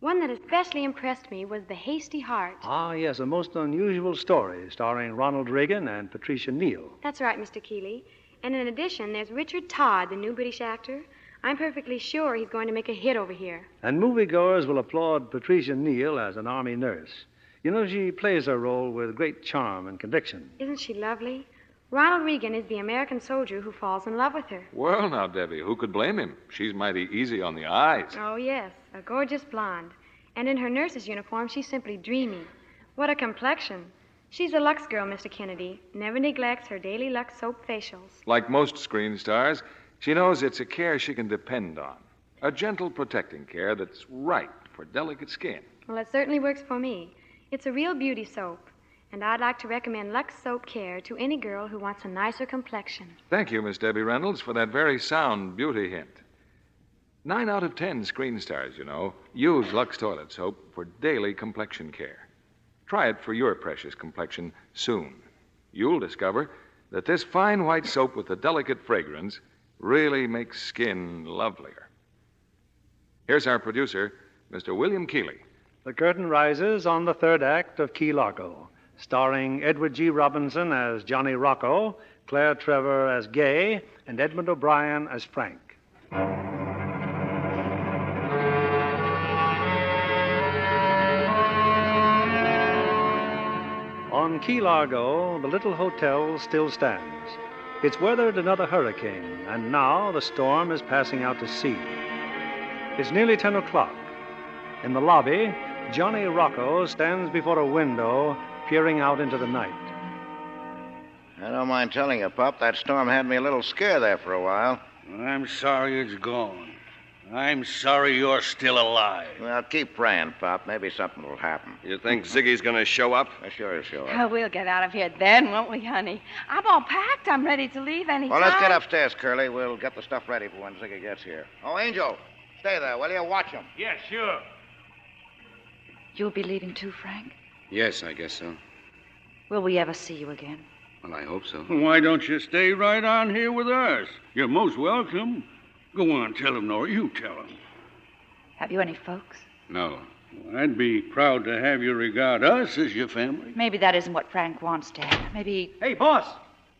One that especially impressed me was The Hasty Heart. Ah, yes, a most unusual story starring Ronald Reagan and Patricia Neal. That's right, Mr. Keeley. And in addition, there's Richard Todd, the new British actor. I'm perfectly sure he's going to make a hit over here. And moviegoers will applaud Patricia Neal as an Army nurse. You know, she plays her role with great charm and conviction. Isn't she lovely? Ronald Reagan is the American soldier who falls in love with her. Well, now, Debbie, who could blame him? She's mighty easy on the eyes. Oh, yes, a gorgeous blonde. And in her nurse's uniform, she's simply dreamy. What a complexion. She's a Lux girl, Mr. Kennedy. Never neglects her daily Lux soap facials. Like most screen stars, she knows it's a care she can depend on. A gentle protecting care that's right for delicate skin. Well, it certainly works for me. It's a real beauty soap, and I'd like to recommend Lux Soap Care to any girl who wants a nicer complexion. Thank you, Miss Debbie Reynolds, for that very sound beauty hint. Nine out of ten screen stars, you know, use Lux Toilet Soap for daily complexion care. Try it for your precious complexion soon. You'll discover that this fine white soap with the delicate fragrance really makes skin lovelier. Here's our producer, Mr. William Keeley. The curtain rises on the third act of Key Largo, starring Edward G. Robinson as Johnny Rocco, Claire Trevor as Gay, and Edmund O'Brien as Frank. On Key Largo, the little hotel still stands. It's weathered another hurricane, and now the storm is passing out to sea. It's nearly 10 o'clock. In the lobby, Johnny Rocco stands before a window, peering out into the night. I don't mind telling you, Pop, that storm had me a little scared there for a while. I'm sorry it's gone. I'm sorry you're still alive. Well, keep praying, Pop. Maybe something will happen. You think Ziggy's going to show up? Sure, he'll show Oh, up. we'll get out of here then, won't we, honey? I'm all packed. I'm ready to leave any Well, let's time. get upstairs, Curly. We'll get the stuff ready for when Ziggy gets here. Oh, Angel, stay there, will you? Watch him. Yeah, sure. You'll be leaving too, Frank? Yes, I guess so. Will we ever see you again? Well, I hope so. Why don't you stay right on here with us? You're most welcome. Go on, tell him, Nora. You tell him. Have you any folks? No. I'd be proud to have you regard us as your family. Maybe that isn't what Frank wants to have. Maybe. Hey, boss!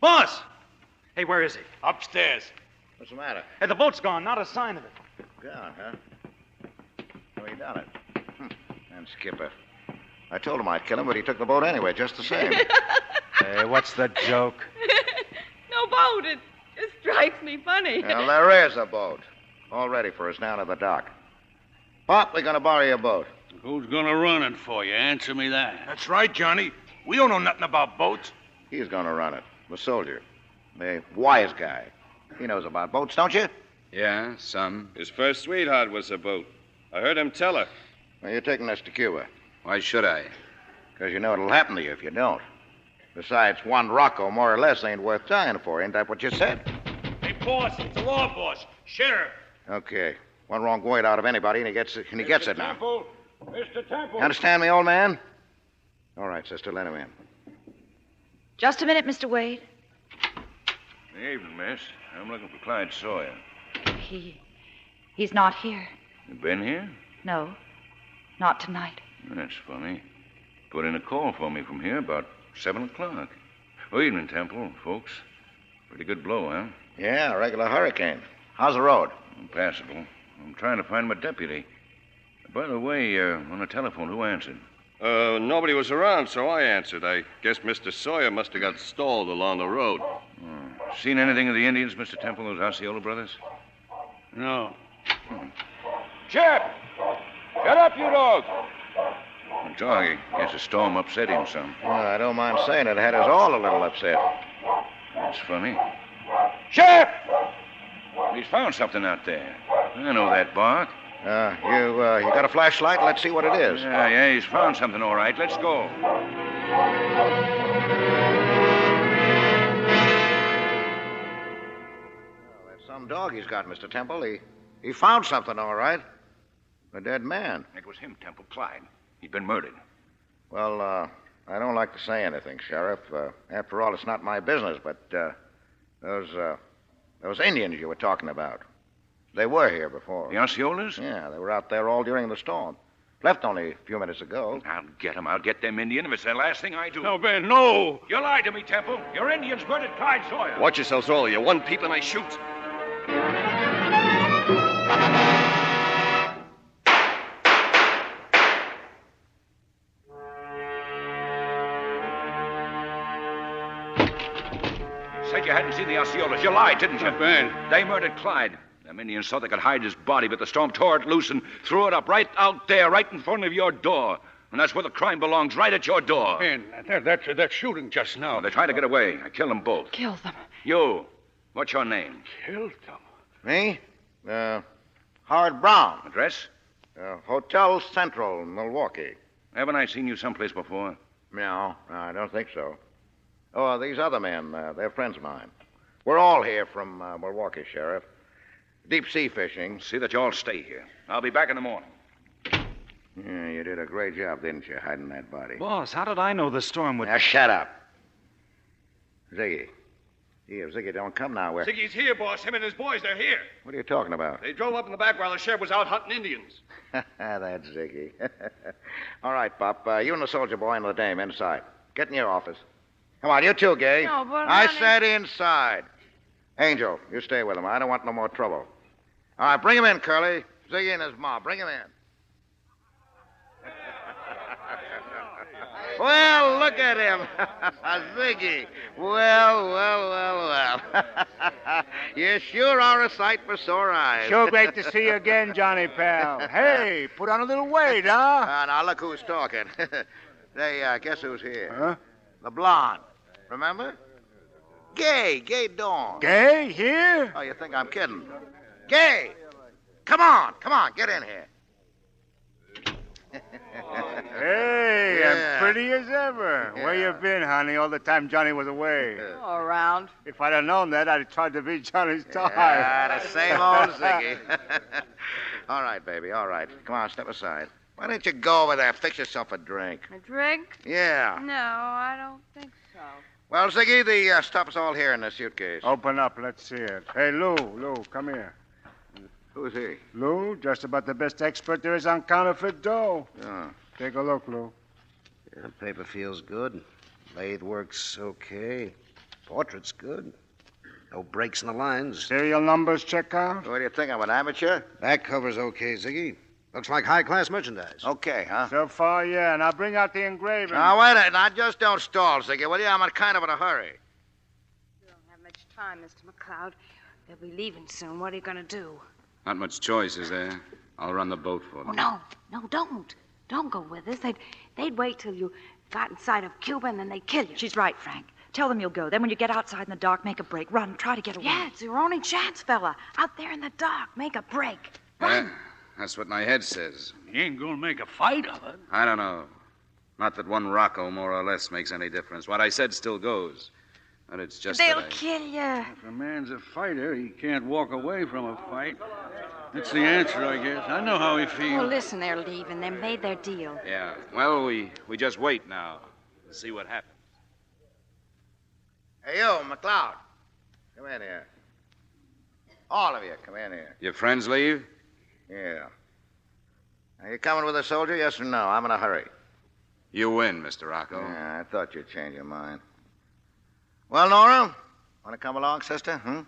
Boss! Hey, where is he? Upstairs. What's the matter? Hey, the boat's gone. Not a sign of it. Gone, huh? Well, he done it. Hm. And Skipper. I told him I'd kill him, but he took the boat anyway, just the same. hey, what's the joke? No boat. It just strikes me funny. Well, there is a boat. All ready for us down at the dock. Pop, we're going to borrow your boat. Who's going to run it for you? Answer me that. That's right, Johnny. We don't know nothing about boats. He's going to run it. The soldier. The wise guy. He knows about boats, don't you? Yeah, some. His first sweetheart was a boat. I heard him tell her. Well, you're taking us to Cuba. Why should I? Because you know it'll happen to you if you don't. Besides, Juan Rocco, more or less, ain't worth dying for. Ain't that what you said? Hey, boss, it's the law boss. Sheriff. Okay. One wrong word out of anybody, and he gets it, and he gets it now. Temple. Mr. Temple. You understand me, old man? All right, sister, let him in. Just a minute, Mr. Wade. Evening, miss. I'm looking for Clyde Sawyer. He. He's not here. You been here? No. Not tonight. That's funny. Put in a call for me from here about 7 o'clock. Oh, evening, Temple, folks. Pretty good blow, huh? Yeah, regular hurricane. How's the road? Passable. I'm trying to find my deputy. By the way, uh, on the telephone, who answered? Uh, nobody was around, so I answered. I guess Mr. Sawyer must have got stalled along the road. Seen anything of the Indians, Mr. Temple, those Osceola brothers? Hmm. No. Chip! Shut up, you dog! Doggy. Guess the storm upset him some. Well, I don't mind saying it had us all a little upset. That's funny. Sheriff! He's found something out there. I know that bark. Uh, you, uh, you got a flashlight? Let's see what it is. Yeah, yeah, he's found something, all right. Let's go. That's some dog he's got, Mr. Temple. He, he found something, all right. A dead man. It was him, Temple Clyde. He'd been murdered. Well, uh, I don't like to say anything, Sheriff. Uh, after all, it's not my business, but uh, those, uh, those Indians you were talking about, they were here before. The Osceolas? Yeah, they were out there all during the storm. Left only a few minutes ago. I'll get him. I'll get them Indian if it's the last thing I do. No, Ben, no! You lied to me, Temple. Your Indians murdered Clyde Sawyer. Watch yourselves, all of you. One peep and I shoot. that you hadn't seen the Osceolas. You lied, didn't you? Not bad. They murdered Clyde. Them Indians thought they could hide his body, but the storm tore it loose and threw it up right out there, right in front of your door. And that's where the crime belongs, right at your door. Man, that, that, that shooting just now. They tried to get away. I killed them both. Kill them. You, what's your name? Killed them. Me? Uh, Howard Brown. Address? Uh, Hotel Central, Milwaukee. Haven't I seen you someplace before? No, no, I don't think so. Oh, uh, these other men, uh, they're friends of mine. We're all here from uh, Milwaukee, Sheriff. Deep sea fishing. See that you all stay here. I'll be back in the morning. Yeah, you did a great job, didn't you, hiding that body? Boss, how did I know the storm would. Now, shut up. Ziggy. Gee, if Ziggy don't come now, we're... Ziggy's here, boss. Him and his boys, they're here. What are you talking about? They drove up in the back while the sheriff was out hunting Indians. That's Ziggy. All right, Pop. Uh, you and the soldier boy and the dame inside. Get in your office. Come on, you two, Gay. No, but I honey- said inside. Angel, you stay with him. I don't want no more trouble. All right, bring him in, Curly. Ziggy and his ma. Bring him in. Well, look at him. Ziggy. Well, well, well, well. you sure are a sight for sore eyes. Sure great to see you again, Johnny pal. Hey, put on a little weight, huh? Ah, now look who's talking. Say, uh, guess who's here? Huh? The blonde. Remember? Gay, Gay Dawn. Gay here? Oh, you think I'm kidding? Gay, come on, come on, get in here. Hey, Yeah. I'm pretty as ever. Where you been, honey, all the time Johnny was away? All around. If I'd have known that, I'd have tried to be Johnny's dog. Ah, the same old Ziggy. all right, baby, all right. Come on, step aside. Why don't you go over there, fix yourself a drink? A drink? Yeah. No, I don't think so. Well, Ziggy, the uh, stuff's all here in the suitcase. Open up, let's see it. Hey, Lou, Lou, come here. Who's he? Lou, just about the best expert there is on counterfeit dough. Oh. Take a look, Lou. The paper feels good. Lathe works okay. Portrait's good. No breaks in the lines. Serial numbers check out? What do you think? I'm an amateur? That cover's okay, Ziggy. Looks like high class merchandise. Okay, huh? So far, yeah. Now bring out the engraving. Now, wait a minute. Now, just don't stall, Ziggy, will you? I'm in kind of in a hurry. Not much time, Mr. McCloud. They'll be leaving soon. What are you going to do? Not much choice, is there? I'll run the boat for them. Oh, no, no, don't. Don't go with us. They'd, they'd wait till you got inside of Cuba and then they'd kill you. She's right, Frank. Tell them you'll go. Then when you get outside in the dark, make a break. Run. Try to get away. Yeah, it's your only chance, fella. Out there in the dark, make a break. Eh, that's what my head says. You ain't gonna make a fight of it. I don't know. Not that one Rocco, more or less, makes any difference. What I said still goes. But it's just that They'll I... kill you. If a man's a fighter, he can't walk away from a fight. That's the answer, I guess. I know how he Oh, feels. listen, they're leaving. They made their deal. Yeah. Well, we, we just wait now and see what happens. Hey, you, McLeod. Come in here. All of you, come in here. Your friends leave? Yeah. Are you coming with a soldier, yes or no? I'm in a hurry. You win, Mr. Rocco. Yeah, I thought you'd change your mind. Well, Nora, want to come along, sister? Hmm?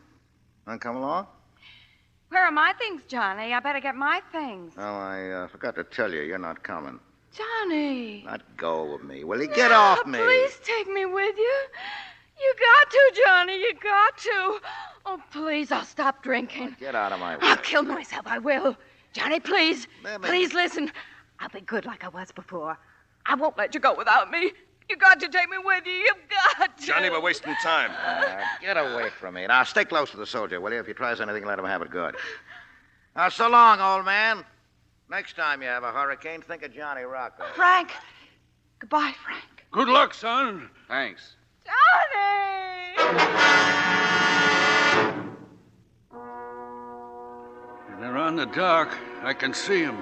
Want to come along? Where are my things, Johnny? I better get my things. Oh, I uh, forgot to tell you, you're not coming. Johnny. Not go with me, will you? Get off me. Please take me with you. You got to, Johnny. You got to. Oh, please, I'll stop drinking. Get out of my way. I'll kill myself. I will. Johnny, please. Please listen. I'll be good like I was before. I won't let you go without me. You got to take me with you. You've got to. Johnny, we're wasting time. Uh, get away from me. Now, stay close to the soldier, will you? If he tries anything, let him have it good. Now, so long, old man. Next time you have a hurricane, think of Johnny Rocco. Frank. Goodbye, Frank. Good luck, son. Thanks. They're on the dock. I can see him.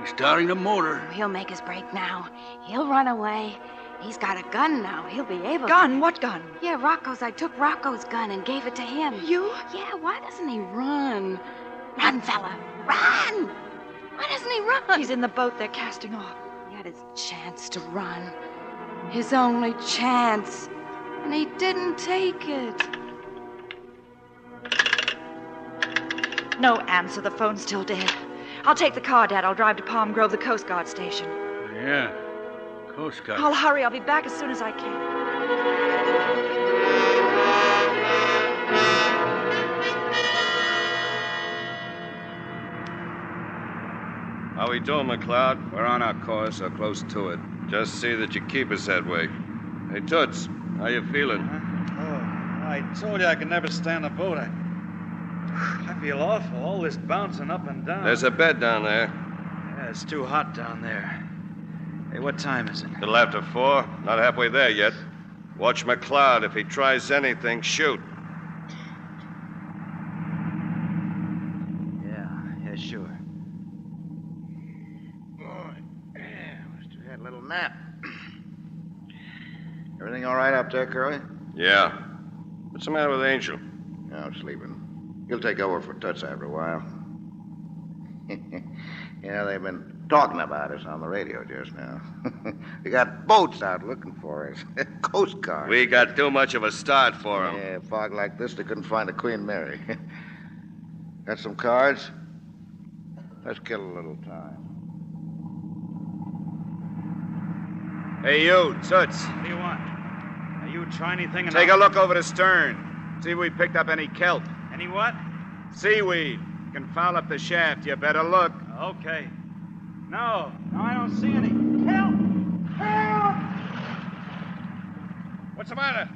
He's starting the motor. He'll make his break now. He'll run away. He's got a gun now. He'll be able Gun? to. What gun? Yeah, Rocco's. I took Rocco's gun and gave it to him. You? Yeah, why doesn't he run? Run, fella. Run! Why doesn't he run? He's in the boat they're casting off. He had his chance to run. His only chance. And he didn't take it. No answer. The phone's still dead. I'll take the car, Dad. I'll drive to Palm Grove, the Coast Guard station. Yeah. Coast Guard. I'll hurry. I'll be back as soon as I can. Are we doing, McCloud? We're on our course or close to it. Just see that you keep us that way. Hey, Toots, how you feeling? I told you I could never stand a boat. I, I feel awful. All this bouncing up and down. There's a bed down there. Yeah, it's too hot down there. Hey, what time is it? Little after four. Not halfway there yet. Watch McCloud. If he tries anything, shoot. Yeah, yeah, sure. Must have had a little nap. Everything all right up there, Curly? Yeah. What's the matter with Angel? No, sleeping. He'll take over for Tuts after a while. yeah, they've been talking about us on the radio just now. we got boats out looking for us. Coast Guard. We got too much of a start for him. Yeah, fog like this, they couldn't find the Queen Mary. got some cards? Let's kill a little time. Hey, you, Toots. What do you want? Now, you try anything and Take a I'll- look over the stern. See if we picked up any kelp. Any what? Seaweed. Can foul up the shaft. You better look. Okay. No, no, I don't see any. Help! Help! What's the matter?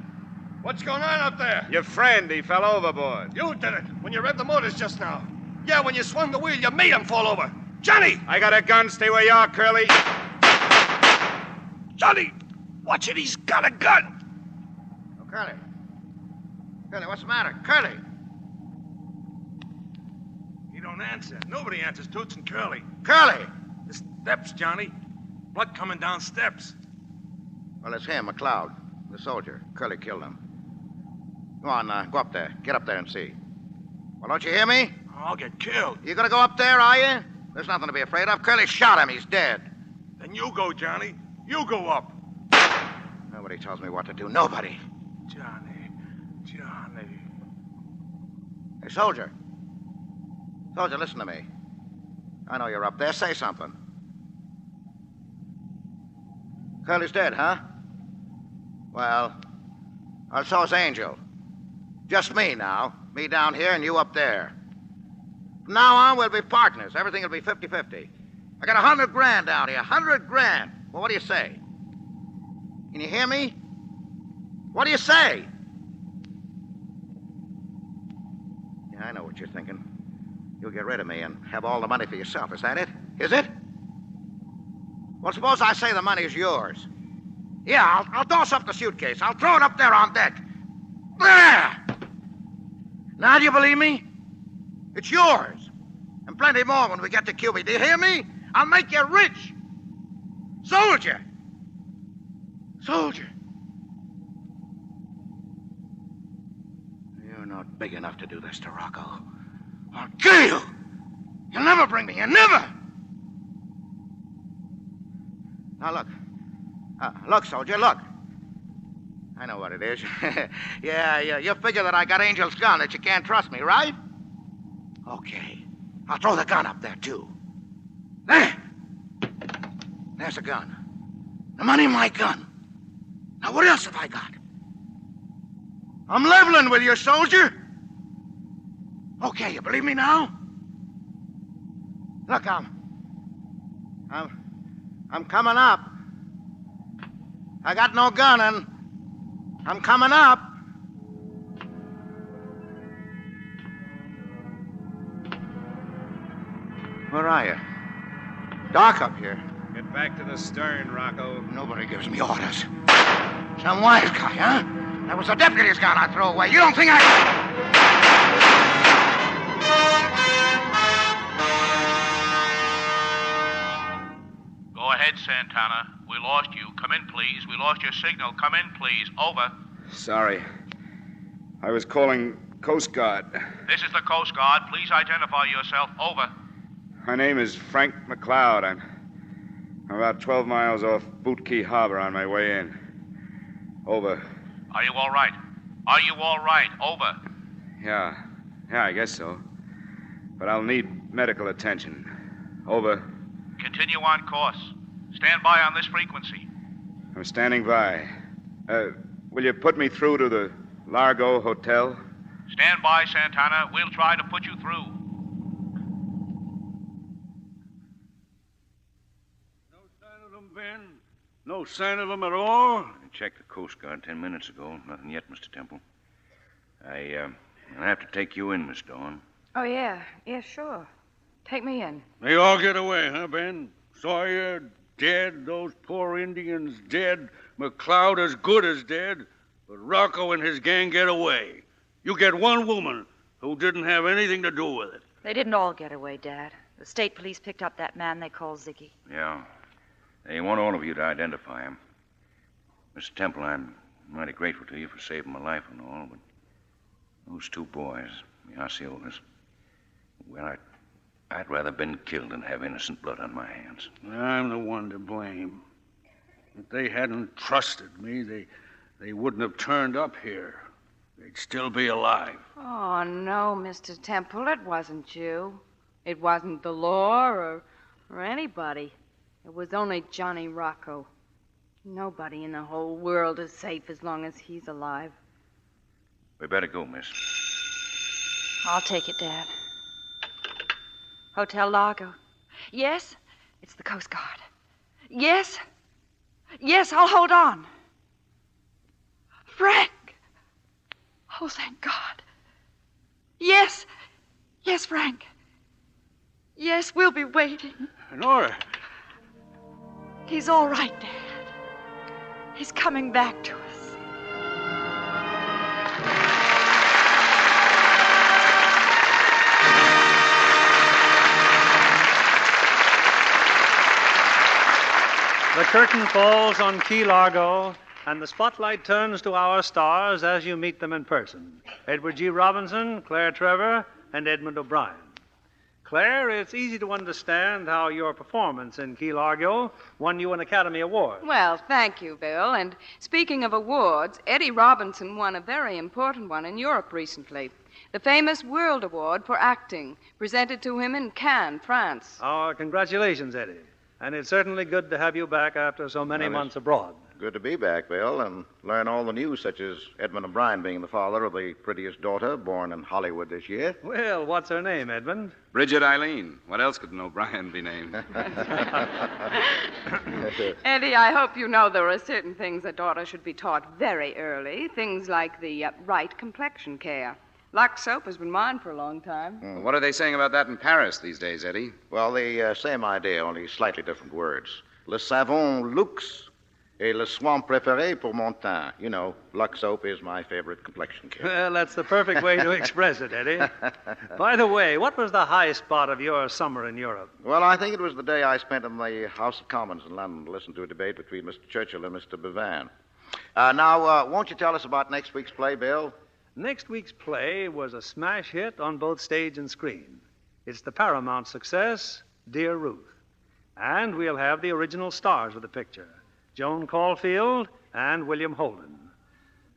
What's going on up there? Your friend, he fell overboard. You did it when you revved the motors just now. Yeah, when you swung the wheel, you made him fall over. Johnny! I got a gun. Stay where you are, Curly. Johnny! Watch it, he's got a gun! Oh, Curly. Curly, what's the matter? Curly! He don't answer. Nobody answers. Toots and Curly. Curly! The steps, Johnny. Blood coming down steps. Well, it's him, McLeod, the soldier. Curly killed him. Go on, uh, go up there. Get up there and see. Well, don't you hear me? I'll get killed. You gonna go up there, are you? There's nothing to be afraid of. Curly shot him. He's dead. Then you go, Johnny. You go up. Nobody tells me what to do. Nobody. Johnny. Johnny. Hey, soldier. Soldier, listen to me. I know you're up there. Say something. Curly's dead, huh? Well, well, so's Angel. Just me now. Me down here and you up there. From now on, we'll be partners. Everything will be 50 50. I got a hundred grand down here. A hundred grand. Well, what do you say? Can you hear me? What do you say? Yeah, I know what you're thinking. You'll get rid of me and have all the money for yourself. Is that it? Is it? Well, suppose I say the money's yours. Yeah, I'll, I'll toss up the suitcase. I'll throw it up there on deck. There! Now, do you believe me? It's yours. And plenty more when we get to Cuba. Do you hear me? I'll make you rich. Soldier! Soldier! You're not big enough to do this to Rocco. I'll kill you! You'll never bring me, you never! Now look. Uh, look, soldier, look. I know what it is. yeah, yeah, you figure that I got Angel's gun, that you can't trust me, right? Okay. I'll throw the gun up there, too. There! There's the gun. The money in my gun. Now, what else have I got? I'm leveling with you, soldier. Okay, you believe me now? Look, I'm. I'm. I'm coming up. I got no gun, and I'm coming up. Where are you? Dark up here. Get back to the stern, Rocco. Nobody gives me orders. Some wise guy, huh? That was the deputy's gun I threw away. You don't think I. Go ahead, Santana. We lost you. Come in, please. We lost your signal. Come in, please. Over. Sorry. I was calling Coast Guard. This is the Coast Guard. Please identify yourself. Over. My name is Frank McLeod. I'm, I'm about 12 miles off Boot Key Harbor on my way in. Over. Are you all right? Are you all right? Over. Yeah. Yeah, I guess so. But I'll need medical attention. Over. Continue on course. Stand by on this frequency. I'm standing by. Uh, will you put me through to the Largo Hotel? Stand by, Santana. We'll try to put you through. them, Ben? No sign of them at all? I checked the Coast Guard ten minutes ago. Nothing yet, Mr. Temple. I, uh, I'll have to take you in, Miss Dawn. Oh, yeah. Yeah, sure. Take me in. They all get away, huh, Ben? Sawyer dead, those poor Indians dead, McCloud as good as dead, but Rocco and his gang get away. You get one woman who didn't have anything to do with it. They didn't all get away, Dad. The state police picked up that man they call Ziggy. Yeah. They want all of you to identify him. Mr. Temple, I'm mighty grateful to you for saving my life and all, but those two boys, the Osceolas, well, I'd, I'd rather been killed than have innocent blood on my hands. I'm the one to blame. If they hadn't trusted me, they, they wouldn't have turned up here. They'd still be alive. Oh, no, Mr. Temple, it wasn't you. It wasn't the law or, or anybody. It was only Johnny Rocco. Nobody in the whole world is safe as long as he's alive. We better go, miss. I'll take it, Dad. Hotel Largo. Yes, it's the Coast Guard. Yes, yes, I'll hold on. Frank! Oh, thank God. Yes, yes, Frank. Yes, we'll be waiting. Nora, He's all right, Dad. He's coming back to us. The curtain falls on Key Largo, and the spotlight turns to our stars as you meet them in person Edward G. Robinson, Claire Trevor, and Edmund O'Brien. Claire, it's easy to understand how your performance in Key Largo won you an Academy Award. Well, thank you, Bill. And speaking of awards, Eddie Robinson won a very important one in Europe recently the famous World Award for Acting, presented to him in Cannes, France. Our congratulations, Eddie. And it's certainly good to have you back after so many Well, it's- months abroad. Good to be back, Bill, and learn all the news, such as Edmund O'Brien being the father of the prettiest daughter born in Hollywood this year. Well, what's her name, Edmund? Bridget Eileen. What else could an O'Brien be named? Eddie, I hope you know there are certain things a daughter should be taught very early, things like the uh, right complexion care. Lux soap has been mine for a long time. what are they saying about that in Paris these days, Eddie? Hmm. Well, the uh, same idea, only slightly different words. Le savon luxe et le soin préféré pour mon teint. You know, Lux soap is my favorite complexion care. Well, that's the perfect way to express it, Eddie. By the way, what was the high spot of your summer in Europe? Well, I think it was the day I spent in the House of Commons in London to listen to a debate between Mr. Churchill and Mr. Bevan. Uh, now, uh, won't you tell us about next week's play, Bill? Next week's play was a smash hit on both stage and screen. It's the Paramount success, Dear Ruth. And we'll have the original stars of the picture Joan Caulfield and William Holden.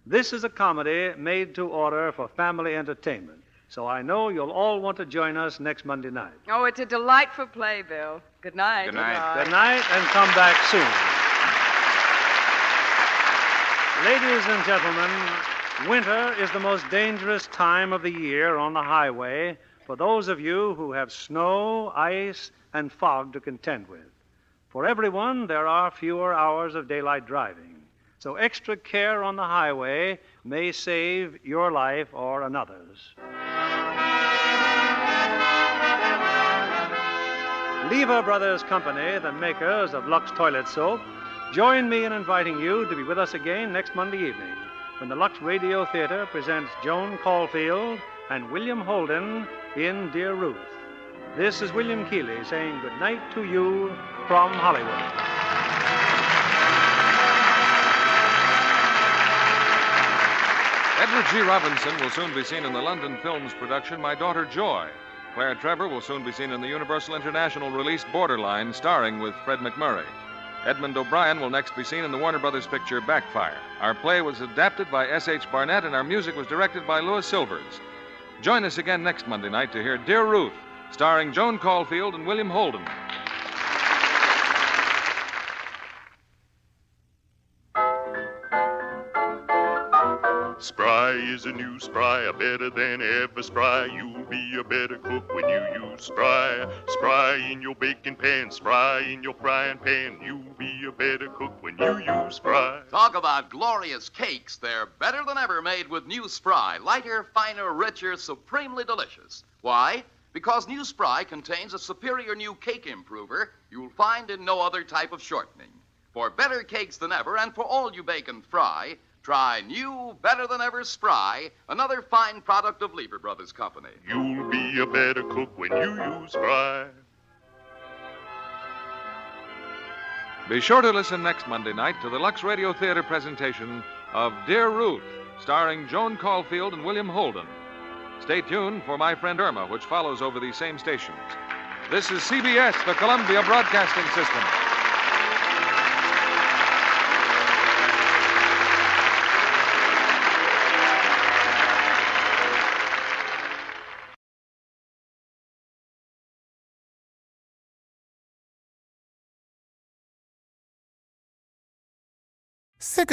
This is a comedy made to order for family entertainment, so I know you'll all want to join us next Monday night. Oh, it's a delightful play, Bill. Good night. Good night, and come back soon. Ladies and gentlemen, winter is the most dangerous time of the year on the highway for those of you who have snow, ice, and fog to contend with. For everyone, there are fewer hours of daylight driving, so extra care on the highway may save your life or another's. Lever Brothers Company, the makers of Lux Toilet Soap, join me in inviting you to be with us again next Monday evening when the Lux Radio Theater presents Joan Caulfield and William Holden in Dear Ruth. This is William Keeley saying good night to you from Hollywood. Edward G. Robinson will soon be seen in the London Films production My Daughter Joy. Claire Trevor will soon be seen in the Universal International release Borderline, starring with Fred McMurray. Edmund O'Brien will next be seen in the Warner Brothers picture Backfire. Our play was adapted by S.H. Barnett and our music was directed by Louis Silvers. Join us again next Monday night to hear Dear Ruth, starring Joan Caulfield and William Holden. Spry Spry is a new Spry, a better than ever Spry. You'll be a better cook when you use Spry. Spry in your baking pan, Spry in your frying pan. You'll be a better cook when you use Spry. Talk about glorious cakes. They're better than ever made with new Spry. Lighter, finer, richer, supremely delicious. Why? Because new Spry contains a superior new cake improver you'll find in no other type of shortening. For better cakes than ever and for all you bake and fry, try new, better than ever Spry, another fine product of Lever Brothers Company. You'll be a better cook when you use Spry. Be sure to listen next Monday night to the Lux Radio Theater presentation of Dear Ruth, starring Joan Caulfield and William Holden. Stay tuned for My Friend Irma, which follows over these same stations. This is CBS, the Columbia Broadcasting System. Sick